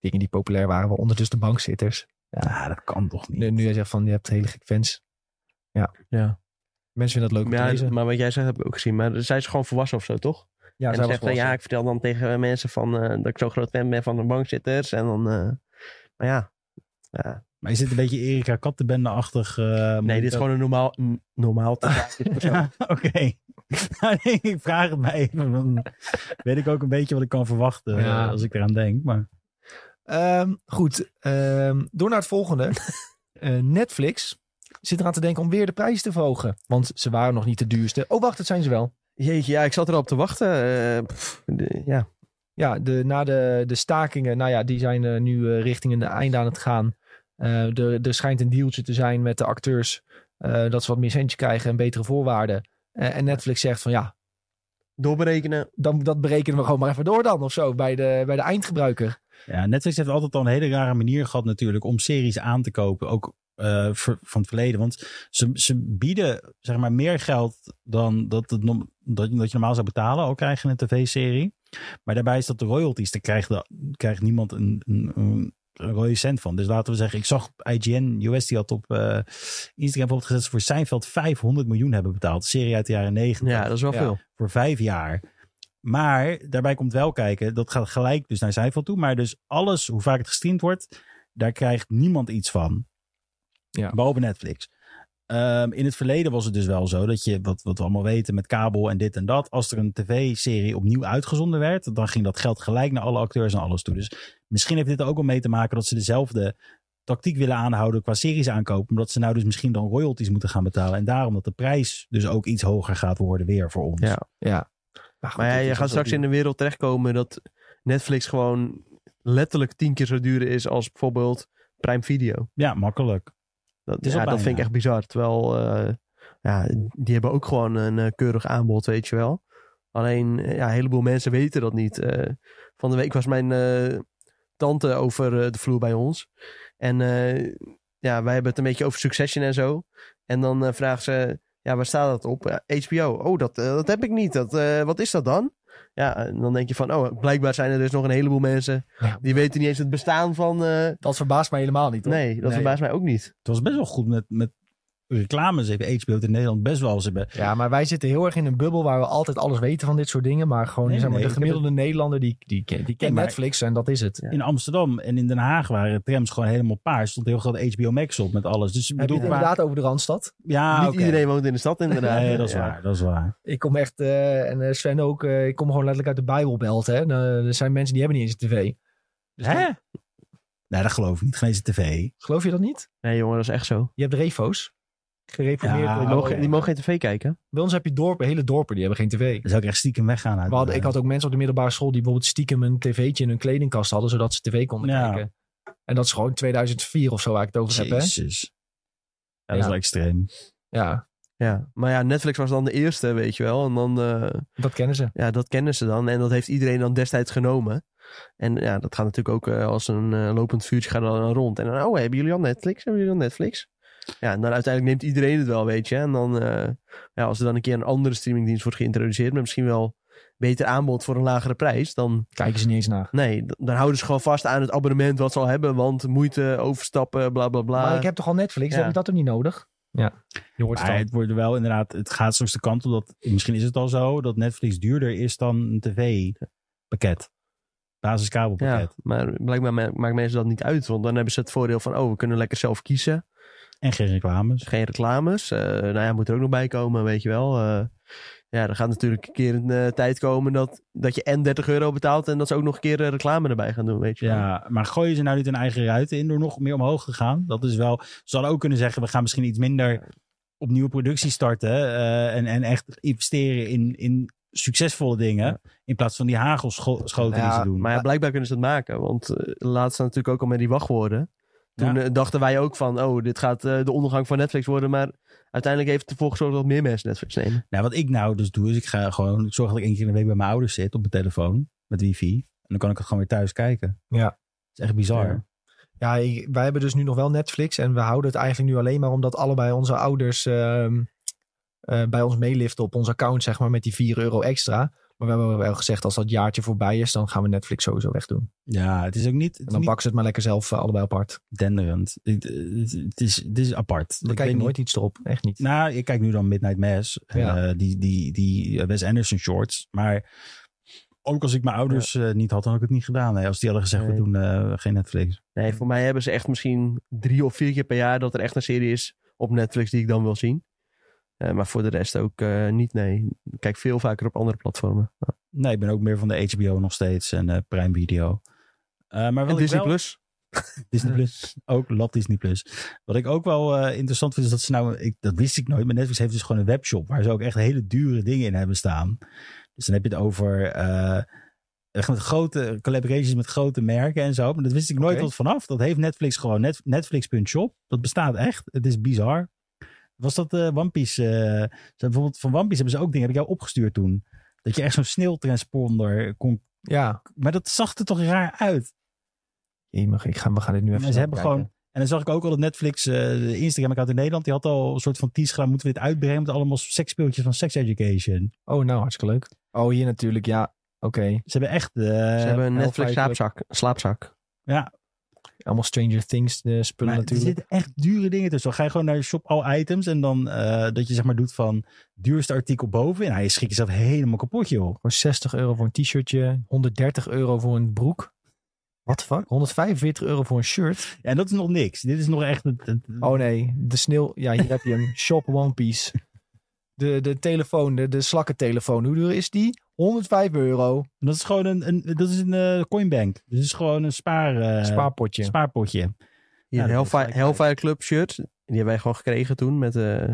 dingen die populair waren, waaronder dus de bankzitters.
Ja, Ah, dat kan toch niet.
Nu, nu jij zegt van, je hebt hele gek fans. Ja.
Ja.
Mensen vinden dat leuk om te
Maar, ja,
lezen.
maar wat jij zegt heb ik ook gezien. Maar zij is gewoon volwassen of zo, toch?
Ja,
en
zij
dan
was
zegt hij, ja,
volwassen.
ik vertel dan tegen mensen van, eh, dat ik zo'n groot fan ben van de bankzitters. En dan, eh, maar ja. ja.
Maar is dit een beetje Erika Kattenbende-achtig? eh,
Nee, dit is gewoon een normaal, n- normaal te praatjes persoon.
Oké. Nou, nee, ik vraag het mij even. Dan weet ik ook een beetje wat ik kan verwachten
Ja.
eh, als ik eraan denk. Maar
Ehm, goed, ehm, door naar het volgende. Eh, Netflix zit eraan te denken om weer de prijs te verhogen. Want ze waren nog niet de duurste. Oh, wacht, dat zijn ze wel.
Jeetje, ja, ik zat er al op te wachten. eh, pff, de- ja.
Ja, de, na de, de stakingen, nou ja, die zijn eh, nu eh, richting een einde aan het gaan. Eh, er, er schijnt een dealtje te zijn met de acteurs. eh, dat ze wat meer centje krijgen en betere voorwaarden. Eh, en Netflix zegt van ja,
Doorberekenen.
dan, dat berekenen we gewoon maar even door dan of zo. Bij de, bij de eindgebruiker.
ja, Netflix heeft altijd al een hele rare manier gehad natuurlijk om series aan te kopen. Ook eh, ver- van het verleden. Want ze, ze bieden zeg maar meer geld dan dat, het norm- dat, je- dat je normaal zou betalen. Ook krijg je een tv-serie. Maar daarbij is dat de royalties. Daar krijgt, de, krijgt niemand een, een, een een rode cent van. Dus laten we zeggen, ik zag op IGN US die had op eh, Instagram bijvoorbeeld gezet... dat ze voor Seinfeld 500 miljoen hebben betaald. Een serie uit de jaren 90.
Ja, dat is wel
Ja.
veel.
voor vijf jaar. Maar daarbij komt wel kijken, dat gaat gelijk dus naar Zijvel toe. Maar dus alles, hoe vaak het gestreamd wordt, daar krijgt niemand iets van.
Ja.
Behalve Netflix. Ehm, in het verleden was het dus wel zo dat je, wat, wat we allemaal weten met kabel en dit en dat. Als er een tv-serie opnieuw uitgezonden werd, dan ging dat geld gelijk naar alle acteurs en alles toe. Dus misschien heeft dit er ook wel mee te maken dat ze dezelfde tactiek willen aanhouden qua series aankopen. Omdat ze nou dus misschien dan royalties moeten gaan betalen. En daarom dat de prijs dus ook iets hoger gaat worden weer voor ons.
Ja.
Ja. goed,
Maar ja,
dat
je
is
gaat
wel
straks
duur.
in een wereld terechtkomen dat Netflix gewoon letterlijk tien keer zo duur is als bijvoorbeeld Prime Video.
Ja, makkelijk.
Dat,
is al
ja, dat
bijna.
vind ik echt bizar. Terwijl, eh, ja, die hebben ook gewoon een eh, keurig aanbod, weet je wel. Alleen, eh, ja, een heleboel mensen weten dat niet. Eh, van de week was mijn eh, tante over eh, de vloer bij ons. En eh, ja, wij hebben het een beetje over Succession en zo. En dan eh, vraagt ze, ja, waar staat dat op? Ja, HBO. Oh, dat, eh, dat heb ik niet. Dat, eh, wat is dat dan? Ja, en dan denk je van, oh, blijkbaar zijn er dus nog een heleboel mensen...
Ja.
die weten niet eens het bestaan van... eh,
Dat verbaast mij helemaal niet. Hoor.
nee, dat
Nee.
verbaast mij ook niet.
Het was best wel goed met, met reclames. Even HBO in Nederland best wel. Ze hebben,
Ja, maar wij zitten heel erg in een bubbel waar we altijd alles weten van dit soort dingen. Maar gewoon
Nee,
zeg maar,
nee,
de
ik heb
gemiddelde Nederlander die, die, die kent
maar-
Netflix en dat is het.
Ja.
In Amsterdam en in Den Haag waren trams gewoon helemaal paars. Stond heel groot HBO Max op met alles. Dus ik
Heb je
bedoel,
het
qua-
inderdaad over de Randstad?
ja,
niet
oké.
iedereen woont in de stad, inderdaad.
Nee, dat is
Ja.
waar. Dat is waar.
Ik kom echt, eh, en eh, Sven ook, eh, ik kom gewoon letterlijk uit de Bijbelbelt. Hè? Nou, er zijn mensen die hebben niet eens een tv. Dus
Hè? Nee, dat geloof ik niet. Geen eens de tv.
Geloof je dat niet?
Nee, jongen, dat is echt zo.
Je hebt refo's. Gereformeerd.
Ja,
door
Die
de-
mogen, die mogen geen tv kijken.
Bij ons heb je dorpen, hele dorpen, die hebben geen tv.
Dan zou ik echt stiekem weggaan uit.
We hadden-
de-
ik had ook mensen op de middelbare school die bijvoorbeeld stiekem een tv'tje in hun kledingkast hadden, zodat ze tv konden
Ja.
kijken. En dat is gewoon 2004 of zo waar ik het over heb. Hè?
Jezus. Ja, dat
Ja.
is wel extreem.
Ja,
Ja. Maar ja, Netflix was dan de eerste, weet je wel. En dan, eh,
dat kennen ze.
ja, dat kennen ze dan. En dat heeft iedereen dan destijds genomen. En ja, dat gaat natuurlijk ook eh, als een eh, lopend vuurtje gaat dan rond. En dan, oh, hebben jullie al Netflix? Hebben jullie al Netflix? Ja, en dan uiteindelijk neemt iedereen het wel, weet je. En dan, eh, ja, als er dan een keer een andere streamingdienst wordt geïntroduceerd... met misschien wel beter aanbod voor een lagere prijs... dan
Kijken ze niet eens naar.
Nee, d- dan houden ze gewoon vast aan het abonnement wat ze al hebben. Want moeite, overstappen, bla bla bla.
Maar ik heb toch al Netflix,
Ja.
heb ik dat ook niet nodig? Ja, je hoort het
Maar
dan.
het wordt wel inderdaad, het gaat straks de kant op dat, misschien is het al zo, dat Netflix duurder is dan een tv-pakket. Basiskabelpakket.
ja, maar blijkbaar ma- maakt mensen dat niet uit. Want dan hebben ze het voordeel van, oh, we kunnen lekker zelf kiezen.
En geen reclames.
Geen reclames. Eh, nou ja, moet er ook nog bij komen, weet je wel. Eh, ja, er gaat natuurlijk een keer een eh, tijd komen dat, dat je en 30 euro betaalt en dat ze ook nog een keer eh, reclame erbij gaan doen, weet je wel.
Ja, maar gooien ze nou niet hun eigen ruiten in door nog meer omhoog te gaan? Dat is wel... Ze hadden ook kunnen zeggen, we gaan misschien iets minder op nieuwe productie starten. eh, en, en echt investeren in, in succesvolle dingen. In plaats van die hagelschoten die
Ja,
ze doen.
Maar ja, blijkbaar kunnen ze dat maken, want eh, laatst natuurlijk ook al met die wachtwoorden. Toen
Ja.
eh, dachten wij ook van, oh, dit gaat eh, de ondergang van Netflix worden, maar uiteindelijk heeft het ervoor gezorgd dat meer mensen Netflix nemen.
Nou, wat ik nou dus doe, is ik ga gewoon... Ik zorg dat ik één keer in de week bij mijn ouders zit op mijn telefoon. Met wifi. En dan kan ik het gewoon weer thuis kijken.
Ja.
Het is echt bizar.
Ja.
Ja, ik- wij hebben dus nu nog wel Netflix. En we houden het eigenlijk nu alleen maar omdat allebei onze ouders ehm, eh, bij ons meeliften op ons account, zeg maar, met die 4 euro extra. Maar we hebben wel gezegd, als dat jaartje voorbij is, dan gaan we Netflix sowieso wegdoen.
Ja, het is ook
En
niet... Het is
dan
niet
pakken ze het maar lekker zelf eh, allebei apart.
denderend. Het, het- het is, het is apart.
Dan
Ik
kijk
weet
je
niet-
nooit iets erop. Echt niet.
Nou, ik kijk nu dan Midnight Mass. en,
Ja.
eh, die, die, die eh, Wes Anderson shorts. Maar ook als ik mijn ouders eh, niet had, dan had ik het niet gedaan. Nee, als die hadden gezegd,
Nee.
we doen eh, geen Netflix.
Nee, voor mij hebben ze echt misschien drie of vier keer per jaar dat er echt een serie is op Netflix die ik dan wil zien. Eh, maar voor de rest ook eh, niet, nee. Ik kijk veel vaker op andere platformen.
Nee, ik ben ook meer van de HBO nog steeds en eh, Prime Video. Eh, maar wat
En
ik
Disney
wel-
Plus.
Disney Plus. Ook Lab Disney Plus. Wat ik ook wel eh, interessant vind, is dat ze nou... Ik, dat wist ik nooit, maar Netflix heeft dus gewoon een webshop... waar ze ook echt hele dure dingen in hebben staan. Dus dan heb je het over... eh, echt met grote collaborations met grote merken en zo. Maar dat wist ik nooit
Oké.
tot vanaf. Dat heeft Netflix gewoon. Net, Netflix.shop. Dat bestaat echt. Het is bizar. Was dat eh One Piece? eh, ze hebben bijvoorbeeld van One Piece hebben ze ook dingen. Heb ik jou opgestuurd toen. Dat je echt zo'n sneeuwtransponder kon...
Ja.
Maar dat zag er toch raar uit.
Jemig, ik ga, we gaan dit nu even
Maar ze
snel
hebben
bekijken.
gewoon. En dan zag ik ook al dat Netflix, eh, de Instagram-account in Nederland, die had al een soort van tease gedaan. Moeten we dit uitbrengen met allemaal seksspeeltjes van Sex Education?
Oh, nou, hartstikke leuk. Oh, hier natuurlijk, ja. Oké.
Ze hebben echt. eh,
Ze hebben een Netflix
Hellfire Club.
slaapzak. slaapzak.
ja,
Allemaal Stranger Things eh, spullen
maar er
natuurlijk.
zitten echt dure dingen tussen. Dan ga je gewoon naar shop all items en dan eh, dat je zeg maar doet van duurste artikel boven. En nou, je schrik jezelf helemaal kapot, joh.
Voor 60 euro voor een t-shirtje, 130 euro voor een broek. What the fuck? 145 euro voor een shirt.
En dat is nog niks. Dit is nog echt. Het, het-
Oh nee, de sneeuw. Ja, hier heb je hem. Shop One Piece. De, de telefoon, de, de slakkentelefoon. Hoe duur is die? 105 euro.
Dat is gewoon een, een, dat is een eh, coinbank. Dus het is gewoon een spaar, eh,
Spaarpotje.
spaarpotje.
Hier,
Ja,
een
dat is
Hellfire,
gelijk.
Hellfire Club shirt. Die hebben wij gewoon gekregen toen met, eh,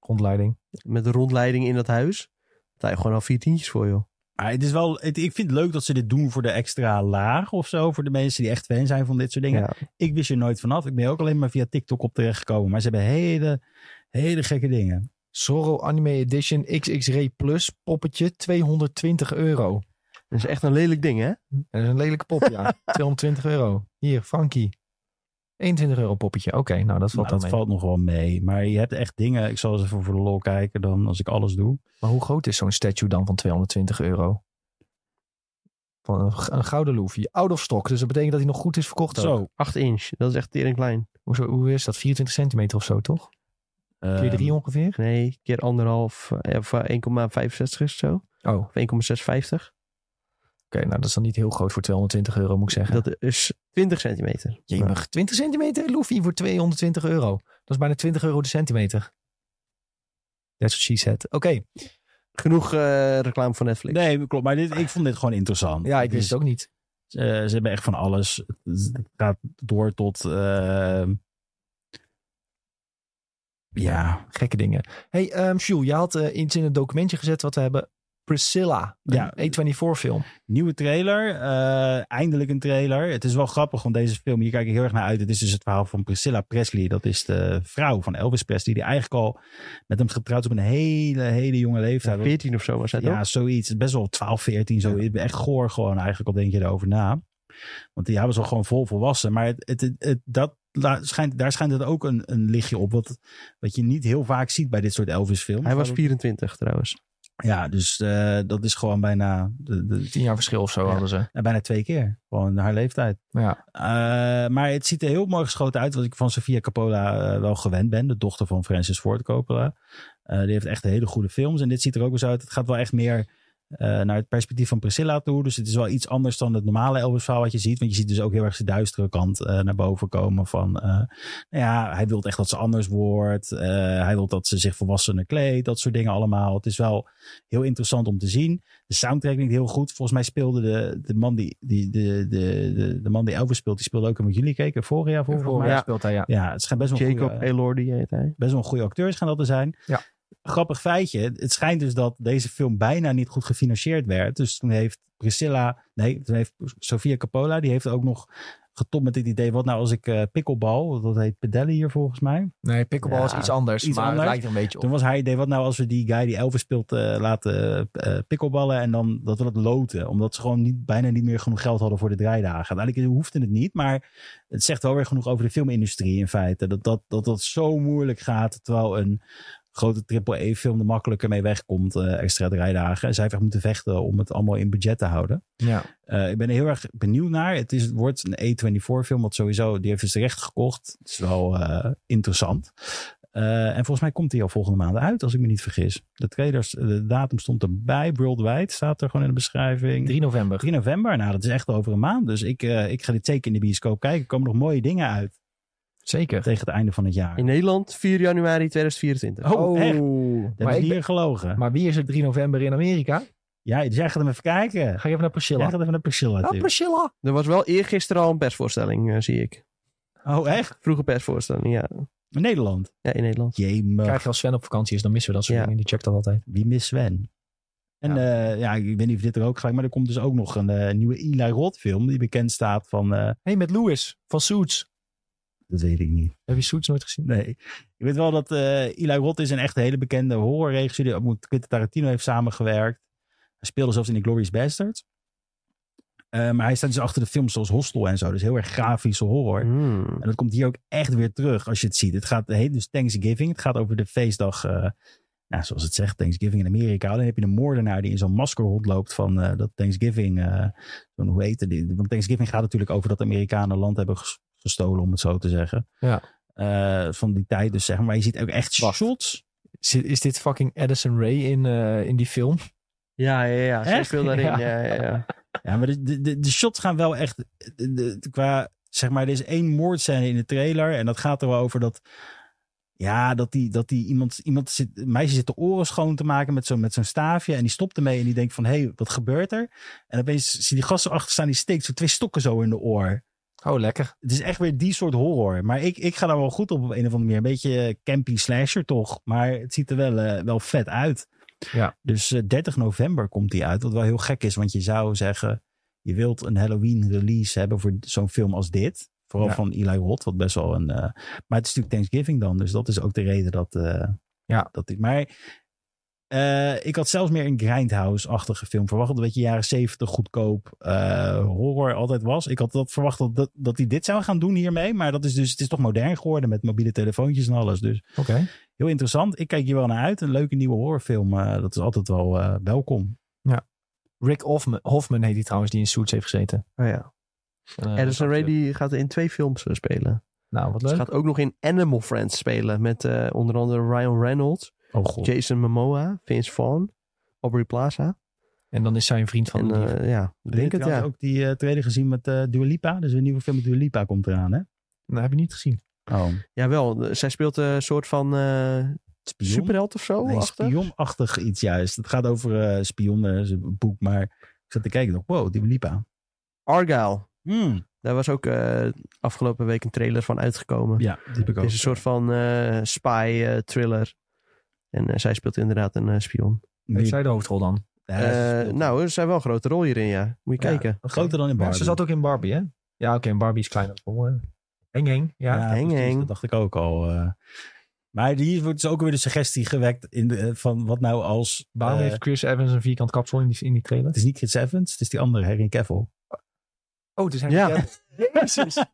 Rondleiding.
met de rondleiding in dat huis. Daar heb je gewoon al vier tientjes voor, joh.
Maar Ah, het is wel, het- ik vind het leuk dat ze dit doen voor de extra laag of zo. Voor de mensen die echt fan zijn van dit soort dingen.
Ja.
Ik wist er nooit vanaf. Ik ben ook alleen maar via TikTok op terechtgekomen. Maar ze hebben hele, hele gekke dingen.
Zorro Anime Edition XX Ray Plus poppetje 220 euro.
Dat is echt een lelijk ding, hè?
Dat is een lelijke pop, ja. 220 euro. Hier, Frankie. 21 euro poppetje. Oké, nou dat valt
Maar
wel
dat
mee.
valt nog wel mee. Maar je hebt echt dingen. Ik zal eens even voor de lol kijken dan als ik alles doe.
Maar hoe groot is zo'n statue dan van 220 euro? Van een, g- een gouden loefje. Out of stock, dus dat betekent dat hij nog goed is verkocht ook.
Zo.
8 inch. Dat is echt tering klein.
Hoezo- Hoe is dat? 24 centimeter of zo, toch? Keer
ehm,
drie ongeveer?
Nee, keer anderhalf. eh, Of eh, 1,65 is het zo.
Oh, oké.
Of 1,650.
nou, dat is dan niet heel groot voor 220 euro, moet ik zeggen.
Dat is 20 centimeter.
Jemig. 20 centimeter Luffy voor 220 euro. Dat is bijna 20 euro de centimeter. That's what she said. Oké,
Genoeg eh, reclame voor Netflix.
Nee, klopt. Maar dit, ik vond dit gewoon interessant.
ja, ik wist
Dus,
het ook niet.
eh, ze hebben echt van alles. Het gaat door tot... eh, ja,
Gekke dingen. hey, ehm Jules, je had eh, iets in het documentje gezet wat we hebben. Priscilla, een
Ja.
A24 film.
Nieuwe trailer. eh, eindelijk een trailer. Het is wel grappig, want deze film, hier kijk ik heel erg naar uit. Het is dus het verhaal van Priscilla Presley. Dat is de vrouw van Elvis Presley. Die eigenlijk al met hem getrouwd is op een hele, hele jonge leeftijd.
14 of zo was dat
Ja,
ook.
zoiets. Best wel 12, 14, zo. Echt goor gewoon eigenlijk, al denk je erover na. Want die hebben ze al gewoon vol volwassen. Maar het, het, het, het- dat, daar, schijnt, daar schijnt het ook een, een lichtje op. Wat, wat je niet heel vaak ziet bij dit soort Elvis films.
Hij was 24 trouwens.
Ja, dus eh, dat is gewoon bijna, de, de,
Tien jaar verschil of zo hadden ze.
ja, bijna twee keer. Gewoon haar leeftijd.
Ja.
Eh, maar het ziet er heel mooi geschoten uit. Wat ik van Sofia Coppola eh, wel gewend ben. De dochter van Francis Ford Coppola. Eh, die heeft echt hele goede films. En dit ziet er ook eens uit. Het gaat wel echt meer eh, naar het perspectief van Priscilla toe. Dus het is wel iets anders dan het normale Elvis-verhaal wat je ziet. Want je ziet dus ook heel erg zijn duistere kant eh, naar boven komen. Van, eh, nou ja, hij wil echt dat ze anders wordt. Eh, hij wil dat ze zich volwassener kleedt. Dat soort dingen allemaal. Het is wel heel interessant om te zien. De soundtrack klinkt heel goed. Volgens mij speelde de, de, man, die, die, de, de, de, de man die Elvis speelt, die speelde ook in wat jullie keken. Vorig jaar, volgens
Voor
mij.
mij
ja.
speelt hij, ja.
Ja, het schijnt best wel een
Jacob
goede-
Elordi heet hij.
best wel een goede acteurs gaan dat te zijn.
Ja.
Grappig feitje. Het schijnt dus dat deze film bijna niet goed gefinancierd werd. Dus toen heeft Priscilla, nee, toen heeft Sofia Coppola, die heeft ook nog getopt met dit idee. Wat nou als ik eh pickleball, dat heet pedellen hier volgens mij.
Nee, pickleball
Ja,
is iets anders,
iets
maar
anders.
het lijkt er een beetje op.
Toen was haar idee, wat nou als we die guy die Elvis speelt eh, laten eh pikkelballen en dan dat we dat loten. Omdat ze gewoon niet, bijna niet meer genoeg geld hadden voor de draaidagen. Uiteindelijk hoefde het niet, maar het zegt wel weer genoeg over de filmindustrie in feite. Dat dat, dat, dat zo moeilijk gaat, terwijl een grote triple E film er makkelijker mee wegkomt, eh, extra draaidagen. En zij heeft echt moeten vechten om het allemaal in budget te houden.
Ja.
Eh, ik ben er heel erg benieuwd naar. Het, is, het wordt een E24-film, want sowieso, die heeft dus recht gekocht. Het is wel eh, interessant. Eh, en volgens mij komt die al volgende maand uit, als ik me niet vergis. De trailers, de datum stond erbij. Worldwide staat er gewoon in de beschrijving.
3 november.
3 november, nou dat is echt over een maand. Dus ik, eh, ik ga dit zeker in de bioscoop kijken. Er komen nog mooie dingen uit
Zeker.
tegen het einde van het jaar.
In Nederland 4 januari 2024.
Oh, echt? Dat
Maar,
is
ik
hier
ben-
gelogen.
maar wie is er 3 november in Amerika?
Ja, dus jij gaat hem even kijken.
Ga je even naar Priscilla.
Jij gaat even naar Priscilla.
Ah,
toe.
Priscilla.
Er was wel eergisteren al een persvoorstelling, eh, zie ik.
oh, echt?
Vroege persvoorstelling, ja.
In Nederland?
Ja, in Nederland.
Jemig.
Krijg je als Sven op vakantie is, dan missen we dat soort
Ja.
dingen. Die checkt dat altijd.
Wie mist Sven? En
Ja.
ja. ja, ik weet niet of dit er ook gelijk, maar er komt dus ook nog een eh, nieuwe Eli Roth film die bekend staat van, eh,
hey, met Louis van Suits.
dat weet ik niet.
Heb je Suits nooit gezien?
Nee. Ik weet wel dat eh Eli Roth is een echt hele bekende horrorregisseur die ook met Quentin Tarantino heeft samengewerkt. Hij speelde zelfs in The Glorious Bastards. Eh, maar hij staat dus achter de films zoals Hostel en zo, dus heel erg grafische horror.
Hmm.
Mm.
En dat komt hier ook echt weer terug als je het ziet. Het gaat het heet dus Thanksgiving. Het gaat over de feestdag. eh, nou, zoals het zegt, Thanksgiving in Amerika. Alleen heb je een moordenaar die in zo'n masker rondloopt van eh, dat Thanksgiving. eh, zo'n hoe heet het? die- Want Thanksgiving gaat natuurlijk over dat de Amerikanen land hebben ges- gestolen, om het zo te zeggen.
Ja.
Eh, van die tijd dus, zeg maar. Maar je ziet ook echt
Wacht.
shots.
Is, is dit fucking Addison Ray in, eh, in die film?
Ja, ja, ja. Zij
Echt?
speelt daarin.
Ja.
Ja. Ja, ja,
Ja, maar de, de, de, de shots gaan wel echt de- de- qua, zeg maar, er is één moordscène in de trailer en dat gaat er wel over dat, ja, dat die, dat die iemand, iemand zit, een meisje zit de oren schoon te maken met zo'n met zo'n staafje en die stopt ermee en die denkt van, hé, hey, wat gebeurt er? En opeens zie je die gasten achter staan, die steekt zo twee stokken zo in de oor.
Oh, lekker.
Het is echt weer die soort horror. Maar ik, ik ga daar wel goed op op een of andere manier. Een beetje campy slasher toch, maar het ziet er wel, eh, wel vet uit.
Ja.
Dus eh, 30 november komt die uit. Wat wel heel gek is, want je zou zeggen... je wilt een Halloween release hebben voor zo'n film als dit. Vooral
Ja.
van Eli Roth, wat best wel een... eh, maar het is natuurlijk Thanksgiving dan, dus dat is ook de reden dat... eh,
Ja.
dat dit, maar eh, ik had zelfs meer een Grindhouse-achtige film verwacht. Dat je jaren 70 goedkoop eh, horror altijd was. Ik had dat verwacht dat, dat, dat die dit zou gaan doen hiermee. Maar dat is dus, het is toch modern geworden met mobiele telefoontjes en alles. Dus
Oké.
heel interessant. Ik kijk hier wel naar uit. Een leuke nieuwe horrorfilm. eh, dat is altijd wel eh, welkom.
Rick Hoffman, Hoffman heet die trouwens, die in Suits heeft gezeten.
Oh, ja.
En, eh,
Addison Rae die gaat in twee films eh, spelen.
Nou, wat
Ze
leuk.
gaat ook nog in Animal Friends spelen. Met eh, onder andere Ryan Reynolds,
Oh god.
Jason Momoa, Vince Vaughn, Aubrey Plaza.
En dan is zij een vriend van
En
de
eh, ja, ik
Ik
denk
heb
het ja.
ook die eh, trailer gezien met eh Dua Lipa. Dus een nieuwe film met Dua Lipa komt eraan, hè?
Dat Nou, heb je niet gezien.
Oh,
Jawel, eh, zij speelt eh, een soort van eh
spion.
superheld of zo.
Nee,
achter.
spionachtig iets juist. Het gaat over eh, spionnen, is een boek. Maar ik zat te kijken, dacht, wow, Dua Lipa.
Argyle.
Hmm.
Daar was ook eh, afgelopen week een trailer van uitgekomen.
Ja, die heb ik ook.
Het is een soort van eh, spy eh, thriller. En eh, zij speelt inderdaad een eh, spion.
Heeft
Meer-
zij de hoofdrol dan?
Ja,
Eh,
dat is-
nou, er zijn wel een grote rol hierin, ja. Moet je
Ja,
kijken.
Groter dan in Barbie.
Ze zat ook in Barbie, hè? Ja, oké. en Barbie is kleiner. Oh, eh, Heng, heng. Ja.
heng,
precies,
heng.
Dat dacht ik ook al. eh. Maar hier wordt dus ook weer de suggestie gewekt in de, eh, van wat nou als...
Waarom
eh,
heeft Chris Evans een vierkant kapsel in die, in die trailer?
Het is niet Chris Evans, het is die andere, Harry Cavill.
Oh, dus hij
Ja.
Jezus.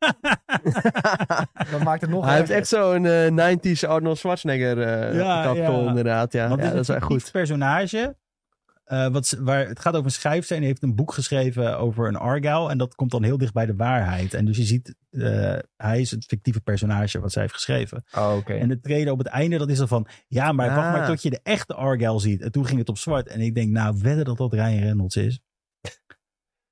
Dat maakt het nog
Hij heeft
erger.
echt zo'n eh 90s Arnold Schwarzenegger eh
Ja,
kapsel,
ja.
inderdaad. Ja,
Want
ja
dit
dat is
een
echt
fictief
goed.
personage. eh, wat, ze- waar, het gaat over een schrijfster en die heeft een boek geschreven over een Argyle. En dat komt dan heel dicht bij de waarheid. En dus je ziet, eh, hij is het fictieve personage wat zij heeft geschreven.
Oh, oké.
En de treden op het einde, dat is dan van, ja, maar wacht
Ah.
maar tot je de echte Argyle ziet. En toen ging het op zwart. En ik denk, nou, wedden dat dat Ryan Reynolds is.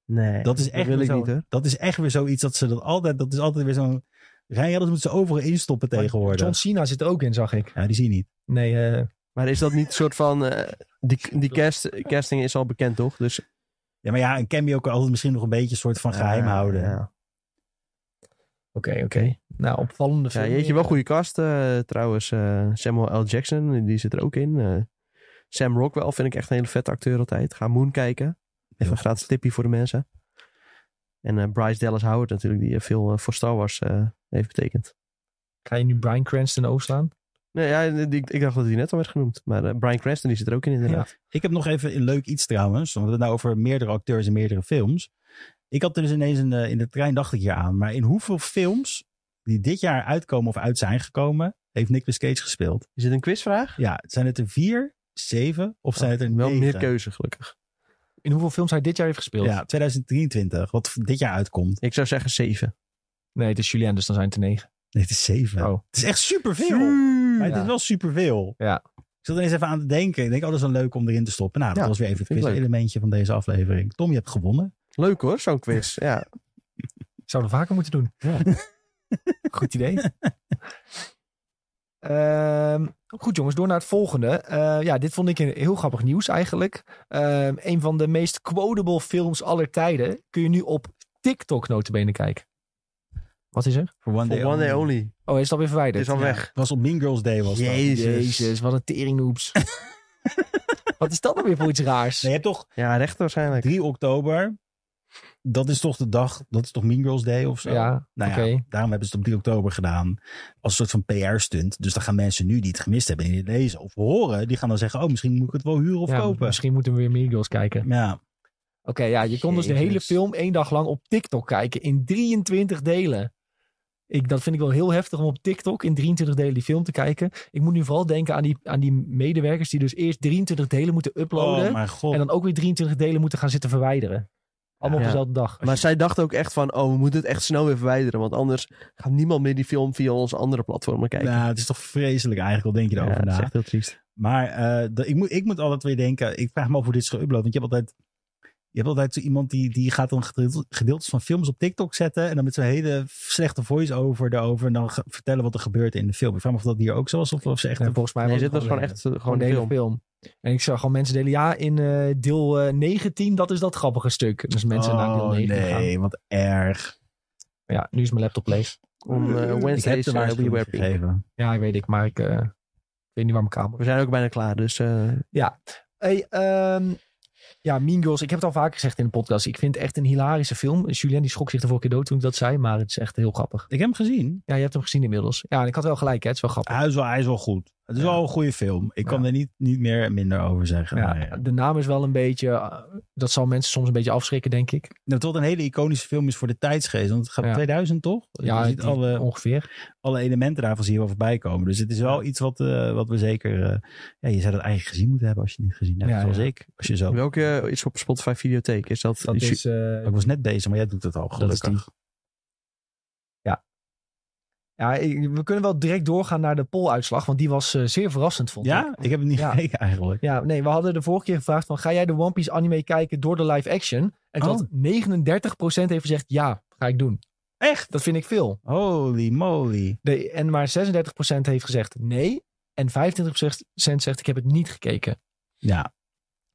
Nee,
Dat is echt,
wil
weer
ik
zo-
niet hoor.
dat is echt weer zoiets dat ze dat altijd, dat is altijd weer zo'n, Ryan Reynolds moet ze overal instoppen tegenwoordig.
eh, John Cena zit er ook in, zag ik.
Ja, die zie je niet.
Nee, eh,
Maar is dat niet een soort van... eh, die die cast, casting is al bekend toch? Dus,
Ja, maar ja, een cameo kan altijd misschien nog een beetje een soort van geheim
Ja,
houden.
eh, Ja.
Oké, oké. Nou, opvallende
Ja,
film.
jeetje, wel goede cast eh, trouwens. eh, Samuel L. Jackson, die zit er ook in. eh. Sam Rockwell vind ik echt een hele vette acteur altijd. Ga Moon kijken. Even een gratis tipje voor de mensen. En eh, Bryce Dallas Howard natuurlijk, die eh, veel eh, voor Star Wars eh, heeft betekend.
Ga je nu Brian Cranston overslaan?
Nee, ja, die- ik dacht dat hij net al werd genoemd. Maar eh, Brian Cranston, die zit er ook in inderdaad.
Ik heb nog even een leuk iets trouwens. Want we hebben het nou over meerdere acteurs en meerdere films. Ik had er dus ineens een, eh, in de trein, dacht ik hier aan. Maar in hoeveel films die dit jaar uitkomen of uit zijn gekomen, heeft Nicolas Cage gespeeld?
Is dit een quizvraag?
Ja, zijn het er vier, zeven of zijn het er
Oh, wel
negen?
meer keuze, gelukkig.
In hoeveel films hij dit jaar heeft gespeeld?
Ja, 2023, wat dit jaar uitkomt.
Ik zou zeggen zeven.
Nee, het is Julien, dus dan zijn het er negen.
Nee, het is zeven.
Oh.
Het is echt superveel. Maar het
Ja.
is wel superveel.
Ja.
Ik zat er eens even aan te denken. Ik denk, oh, dat is wel leuk om erin te stoppen. Nou, dat
Ja,
was weer even het
vind ik leuk.
quiz-elementje van deze aflevering. Tom, je hebt gewonnen.
Leuk hoor, zo'n quiz. Ja.
Zouden we vaker moeten doen. Goed idee. Ehm, goed jongens, door naar het volgende. Eh, ja, dit vond ik een heel grappig nieuws eigenlijk. Ehm, een van de meest quotable films aller tijden kun je nu op TikTok notabene kijken. Wat is er?
Voor One,
For one day only.
Oh, is dat weer verwijderd?
Het is al
Ja,
weg.
Het was op Mean Girls Day. Was dat.
Jezus, wat een teringnoeps. wat is dat nou weer voor iets raars?
Nee, je hebt toch
Ja, recht waarschijnlijk.
3 oktober. Dat is toch de dag, dat is toch Mean Girls Day of zo?
ja,
Nou
oké.
ja, daarom hebben ze het op 3 oktober gedaan. Als een soort van PR-stunt. Dus dan gaan mensen nu die het gemist hebben en die het lezen of horen. Die gaan dan zeggen, oh, misschien moet ik het wel huren of
Ja,
kopen.
Misschien moeten we weer Mean Girls kijken.
Ja,
Oké, ja, je kon dus de hele
Jezus.
film één dag lang op TikTok kijken. In 23 delen. Ik, dat vind ik wel heel heftig om op TikTok in 23 delen die film te kijken. Ik moet nu vooral denken aan die, aan die medewerkers die dus eerst 23 delen moeten uploaden.
oh mijn god.
en dan ook weer 23 delen moeten gaan zitten verwijderen. Allemaal
Ja.
op dezelfde dag.
Maar zij dacht ook echt van, oh, we moeten het echt snel weer verwijderen. Want anders gaat niemand meer die film via onze andere platformen kijken.
nou, het is toch vreselijk eigenlijk, al denk je
Ja,
erover
dat is
na.
echt heel triest.
Maar eh, dat- ik, moet, ik moet altijd weer denken. Ik vraag me af hoe dit is geüpload. Want je hebt altijd. Je hebt altijd zo iemand die, die gaat dan gedeelte- gedeeltes van films op TikTok zetten. En dan met zo'n hele slechte voice-over erover. En dan ge- vertellen wat er gebeurt in de film. Ik vraag me af of dat hier ook zo was. Of, of ze echt.
En volgens mij
Nee,
was
dit was
het
gewoon
gewoon,
echt eh,
gewoon
gewoon
de
een
hele
film.
film. En ik zag gewoon mensen delen, ja, in eh, deel eh, 19, dat is dat grappige stuk. Dus mensen naar deel
oh,
19 gaan.
nee, wat erg.
Ja, nu is mijn laptop leeg.
Om eh,
Ik heb
Wednesday's
de
eh,
waarschuwing
Beware Pink.
gegeven.
Ja, ik weet ik, maar ik eh, weet niet waar mijn camera
We zijn ook bijna klaar, dus eh,
Hey, ehm, ja, Mean Girls. Ik heb het al vaker gezegd in de podcast. Ik vind het echt een hilarische film. Julien die schrok zich de vorige keer dood toen ik dat zei. Maar het is echt heel grappig.
Ik heb hem gezien.
Ja, je hebt hem gezien inmiddels. Ja, en ik had wel gelijk. Hè? Het is wel grappig.
Ah, Hij is wel, hij is wel goed. Het is
Ja.
wel een goede film. Ik kan
Ja.
er niet, niet meer en minder over zeggen.
Ah, Ja,
Maar, ja.
De naam is wel een beetje... eh, Dat zal mensen soms een beetje afschrikken, denk ik.
Nou, tot een hele iconische film is voor de tijdsgeest. Want het gaat
Ja.
2000 toch?
Ja,
je ziet
die- oh.
alle,
ongeveer.
alle elementen daarvan zie je wel voorbij komen. Dus het is wel iets wat, eh, wat we zeker... eh, ja, je zou dat eigenlijk gezien moeten hebben als je het niet gezien hebt.
Ja,
zoals
ja.
ik. Als je zo...
welke is op Spotify Videotheek? Is dat...
Dat
is-
is... eh,
Ik was net bezig, maar jij doet het al,
Dat is
gelukkig.
die. ja, ik- we kunnen wel direct doorgaan naar de polluitslag. Want die was eh, zeer verrassend, vond ik.
ja? Ik heb het niet
Ja.
gekeken eigenlijk.
Ja, nee, we hadden de vorige keer gevraagd van... Ga jij de One Piece anime kijken door de live action? En
Oh.
dat 39% heeft gezegd ja, ga ik doen.
Echt?
Dat vind ik veel.
Holy moly.
De, en maar 36% heeft gezegd nee. En 25% zegt ik heb het niet gekeken.
Ja.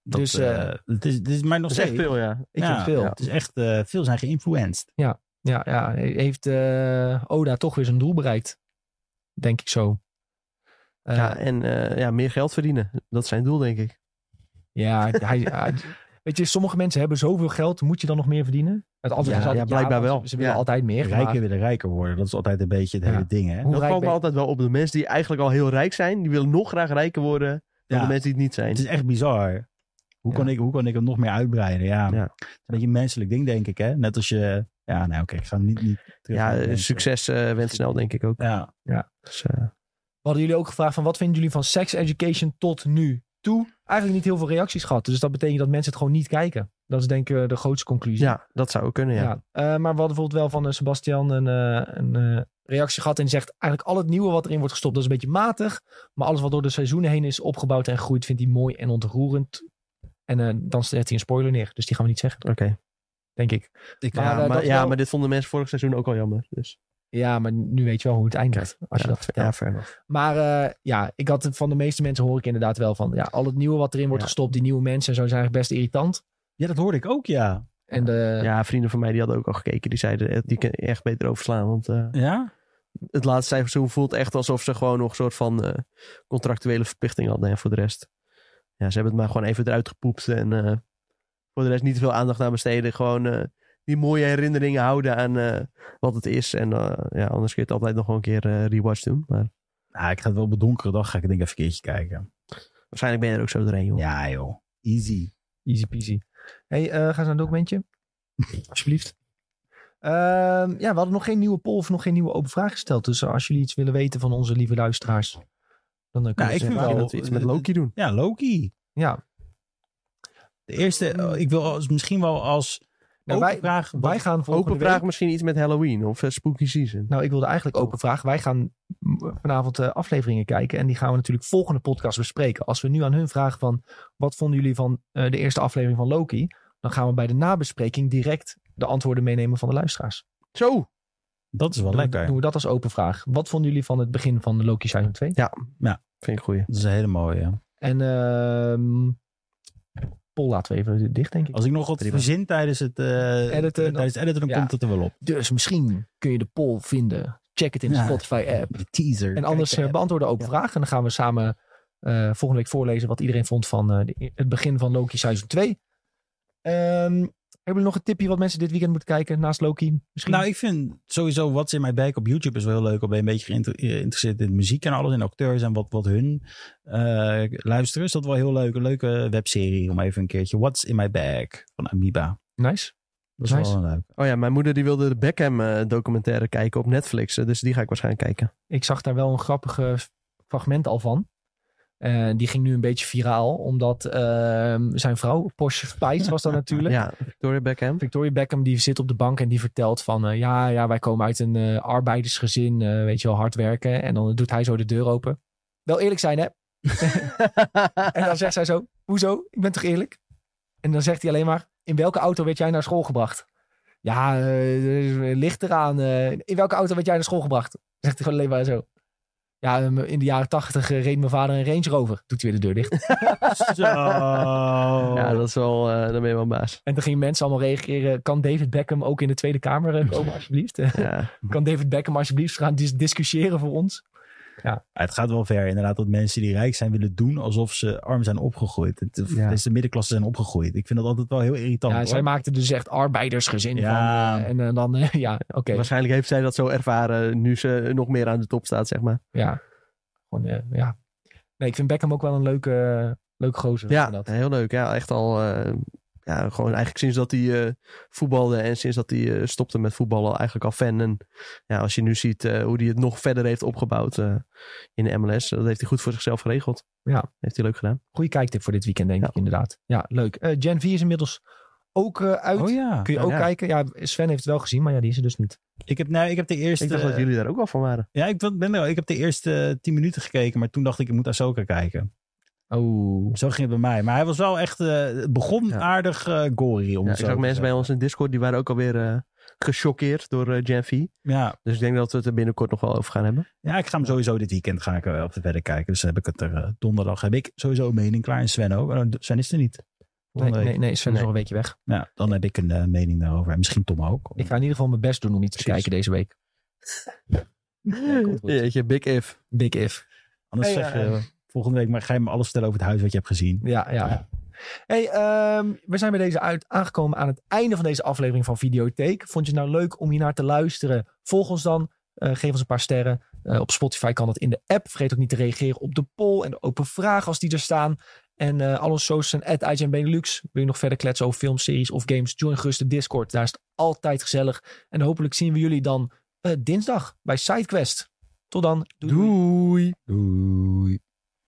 Dat,
Dus,
dus,
eh,
het is, het is maar nog
Dat is echt
steeds...
veel, ja.
Ik
Ja,
vind het veel. Ja,
Het is echt... eh, veel zijn geïnfluenced.
ja, heeft eh, Oda toch weer zijn doel bereikt? Denk ik zo. Eh,
ja, en eh, ja, meer geld verdienen. Dat is zijn doel, denk ik.
ja, hij, hij- weet je, sommige mensen hebben zoveel geld. Moet je dan nog meer verdienen? Het antwoord
Ja,
is altijd
ja, blijkbaar
want
wel.
Ze, ze willen
Ja.
altijd meer. maar
Rijken willen rijker worden. Dat is altijd een beetje het
Ja.
hele ding, hè?
hoe
dat
rijk
valt me
ben-
altijd wel op. De mensen die eigenlijk al heel rijk zijn, die willen nog graag rijker worden dan
Ja.
de mensen die het niet zijn.
Het is echt bizar. Hoe,
Ja.
kan ik, hoe kan ik het nog meer uitbreiden? Ja.
Ja.
Het is een beetje een menselijk ding, denk ik. Hè? Net als je... Ja, nou oké, ik ga hem niet, niet terug naar
ja,
de
eh,
mensen.
succes eh went snel, denk ik ook.
Ja.
Dus, eh,
We hadden jullie ook gevraagd van wat vinden jullie van Sex Education tot nu toe? eigenlijk niet heel veel reacties gehad. Dus dat betekent dat mensen het gewoon niet kijken. Dat is denk ik eh, de grootste conclusie.
Ja, dat zou ook kunnen, ja.
Ja. Eh, maar we hadden bijvoorbeeld wel van eh, Sebastian een, eh, een eh, reactie gehad. En die zegt eigenlijk al het nieuwe wat erin wordt gestopt, dat is een beetje matig. Maar alles wat door de seizoenen heen is opgebouwd en groeit, vindt hij mooi en ontroerend. En eh, dan zet hij een spoiler neer. Dus die gaan we niet zeggen,
Oké.
denk ik.
Ik,
Maar,
Ja,
eh,
maar,
dat
ja
wel-
maar dit vonden mensen vorig seizoen ook al jammer. Dus.
Ja, maar nu weet je wel hoe het eindigt. Als je
ja,
dat vertelt.
Ja, fair enough.
Maar eh, ja, ik had, het- van de meeste mensen hoor ik inderdaad wel van. Ja, al het nieuwe wat erin wordt
Ja.
gestopt, die nieuwe mensen en zo, is eigenlijk best irritant.
ja, dat hoorde ik ook, ja.
En de,
Ja, vrienden van mij die hadden ook al gekeken. Die zeiden, eh, die kan je echt beter overslaan. Want eh,
Ja?
het laatste seizoen voelt echt alsof ze gewoon nog een soort van eh, contractuele verplichting hadden. En voor de rest, ja, ze hebben het maar gewoon even eruit gepoept. En eh, voor de rest niet veel aandacht aan besteden. Gewoon eh, die mooie herinneringen houden aan eh, wat het is. En eh, ja, anders kun je het altijd nog wel een keer eh, rewatch doen. Maar
Nou, ik ga het wel op een donkere dag, ga ik het denk ik even een keertje kijken.
waarschijnlijk ben je er ook zo doorheen, joh.
Ja, joh. Easy.
Easy peasy. hey, eh, ga eens naar een documentje. Alsjeblieft. Ehm, ja, we hadden nog geen nieuwe poll of nog geen nieuwe open vraag gesteld. Dus eh, als jullie iets willen weten van onze lieve luisteraars, dan eh, kunnen
ik
ze-
Misschien
vind wel-
dat we iets met Loki doen.
Ja, Loki.
Ja,
De eerste, oh, ik wil als, misschien wel als
Nou,
open
wij-
vraag...
wij gaan volgende
Open
week-
vraag misschien iets met Halloween of eh, Spooky Season.
Nou, ik wilde eigenlijk open vraag. Wij gaan m, vanavond eh, afleveringen kijken. En die gaan we natuurlijk volgende podcast bespreken. Als we nu aan hun vragen van... Wat vonden jullie van eh, de eerste aflevering van Loki? Dan gaan we bij de nabespreking direct de antwoorden meenemen van de luisteraars.
Zo!
Dat is wel
Doen we-
lekker.
Doen we dat als open vraag. Wat vonden jullie van het begin van Loki Seizoen 2?
Vind ik goeie.
Dat is een hele mooie.
En ehm Pol laten we even dicht, denk ik.
Als ik nog wat
Prima.
verzin tijdens het eh,
Editen, dan-
tijdens het editen, dan
Ja.
komt het er wel op.
Dus misschien kun je de poll vinden. Check het in de
Ja.
Spotify-app.
De teaser.
En
Kijk,
anders
eh,
eh, beantwoorden open vragen. En dan gaan we samen eh, volgende week voorlezen wat iedereen vond van eh, de- het begin van Loki seizoen 2. Ehm, hebben jullie nog een tipje wat mensen dit weekend moeten kijken naast Loki? Misschien?
Nou, ik vind sowieso What's in My Bag op YouTube is wel heel leuk. Al ben je een beetje geïnter- eh, geïnteresseerd in muziek en alles. En acteurs en wat, wat hun eh, luisteren. Is dat wel heel leuk. Een leuke webserie om even een keertje. What's in My Bag van Amoeba.
nice.
Dat is
Nice.
wel leuk.
Oh ja, mijn moeder die wilde de Beckham eh, documentaire kijken op Netflix. eh, Dus die ga ik waarschijnlijk kijken.
Ik zag daar wel een grappige fragment al van. Eh, die ging nu een beetje viraal, omdat ehm, zijn vrouw, Porsche Spice was dat natuurlijk.
Ja, Victoria Beckham.
Victoria Beckham die zit op de bank en die vertelt van... eh, ja, ja, wij komen uit een eh, arbeidersgezin, eh, weet je wel, hard werken. En dan doet hij zo de deur open. Wel eerlijk zijn, hè? En dan zegt zij zo, hoezo? Ik ben toch eerlijk? En dan zegt hij alleen maar, in welke auto werd jij naar school gebracht? Ja, eh, ligt eraan. eh, in welke auto werd jij naar school gebracht? Zegt hij gewoon alleen maar zo. Ja, eh, in de jaren tachtig eh, reed mijn vader een Range Rover. Doet hij weer de deur dicht.
Zo. Oh.
Ja, dat is wel, eh, dan ben je wel een baas.
En toen gingen mensen allemaal reageren. Kan David Beckham ook in de Tweede Kamer eh, komen, alsjeblieft?
Ja.
Kan David Beckham alsjeblieft gaan dis- discussiëren voor ons?
Het gaat wel ver inderdaad dat mensen die rijk zijn willen doen alsof ze arm zijn opgegroeid. Het, of
Ja.
Deze middenklasse zijn opgegroeid. Ik vind dat altijd wel heel irritant.
ja,
hoor.
zij maakte dus echt arbeidersgezin
Ja.
van. eh, en eh, dan, eh, ja, oké.
Waarschijnlijk heeft zij dat zo ervaren nu ze nog meer aan de top staat, zeg maar.
Ja. Gewoon, eh, ja. Nee, ik vind Beckham ook wel een leuke, eh, leuke gozer.
Ja,
vind ik dat.
heel leuk. Ja, echt al. eh, ja, gewoon eigenlijk sinds dat hij eh, voetbalde en sinds dat hij eh, stopte met voetballen, eigenlijk al fan. En ja, als je nu ziet eh, hoe hij het nog verder heeft opgebouwd eh, in de MLS, dat heeft hij goed voor zichzelf geregeld.
Ja.
Heeft hij leuk gedaan.
Goeie kijktip voor dit weekend, denk
Ja.
ik inderdaad. Ja, leuk. Eh, Gen V is inmiddels ook eh, uit.
Oh ja.
Kun je
Oh,
ook
ja.
kijken. Ja, Sven heeft het wel gezien, maar ja, die is er dus niet.
Ik heb, nou, ik heb de eerste...
Ik dacht dat jullie daar ook wel van waren.
Ja, ik ben er. al. Ik heb de eerste eh, tien minuten gekeken, maar toen dacht ik, ik moet Ahsoka kijken.
Oh.
Zo ging het bij mij. Maar hij was wel echt, eh, het begon
Ja.
aardig eh, gory. Om
Ja,
het
ik
zo
zag mensen
te
bij
zeggen.
ons in Discord, die waren ook alweer eh gechoqueerd door eh, Gen V.
Ja.
Dus ik denk dat we het er binnenkort nog wel over gaan hebben.
ja, ik ga hem sowieso dit weekend ga ik eh, op de verder kijken. Dus dan heb ik het er eh, donderdag. Heb ik sowieso een mening klaar. En Sven ook. Oh, Sven is er niet.
Nee,
Volgende
nee,
week.
nee, Sven is
Nee.
nog een weekje weg.
Ja, dan heb ik een eh, mening daarover. En misschien Tom ook.
Ik ga in ieder geval mijn best doen om iets te
Precies.
kijken deze week. komt goed.
Jeetje, big if.
Big if.
Anders
Hey,
zeg
eh,
je, eh, volgende week maar ga je me alles vertellen over het huis wat je hebt gezien.
Ja, ja.
Ja.
Hey, ehm, we zijn bij deze uit aangekomen aan het einde van deze aflevering van Videotheek. Vond je het nou leuk om hier naar te luisteren? Volg ons dan. eh, geef ons een paar sterren. Eh, op Spotify kan dat in de app. Vergeet ook niet te reageren op de poll en de open vragen als die er staan. En eh, al onze socials zijn at Benelux. Wil je nog verder kletsen over films, series of games? Join gerust de Discord. Daar is het altijd gezellig. En hopelijk zien we jullie dan eh, dinsdag bij SideQuest. Tot dan. Doei. doei.
Doei.
Doei.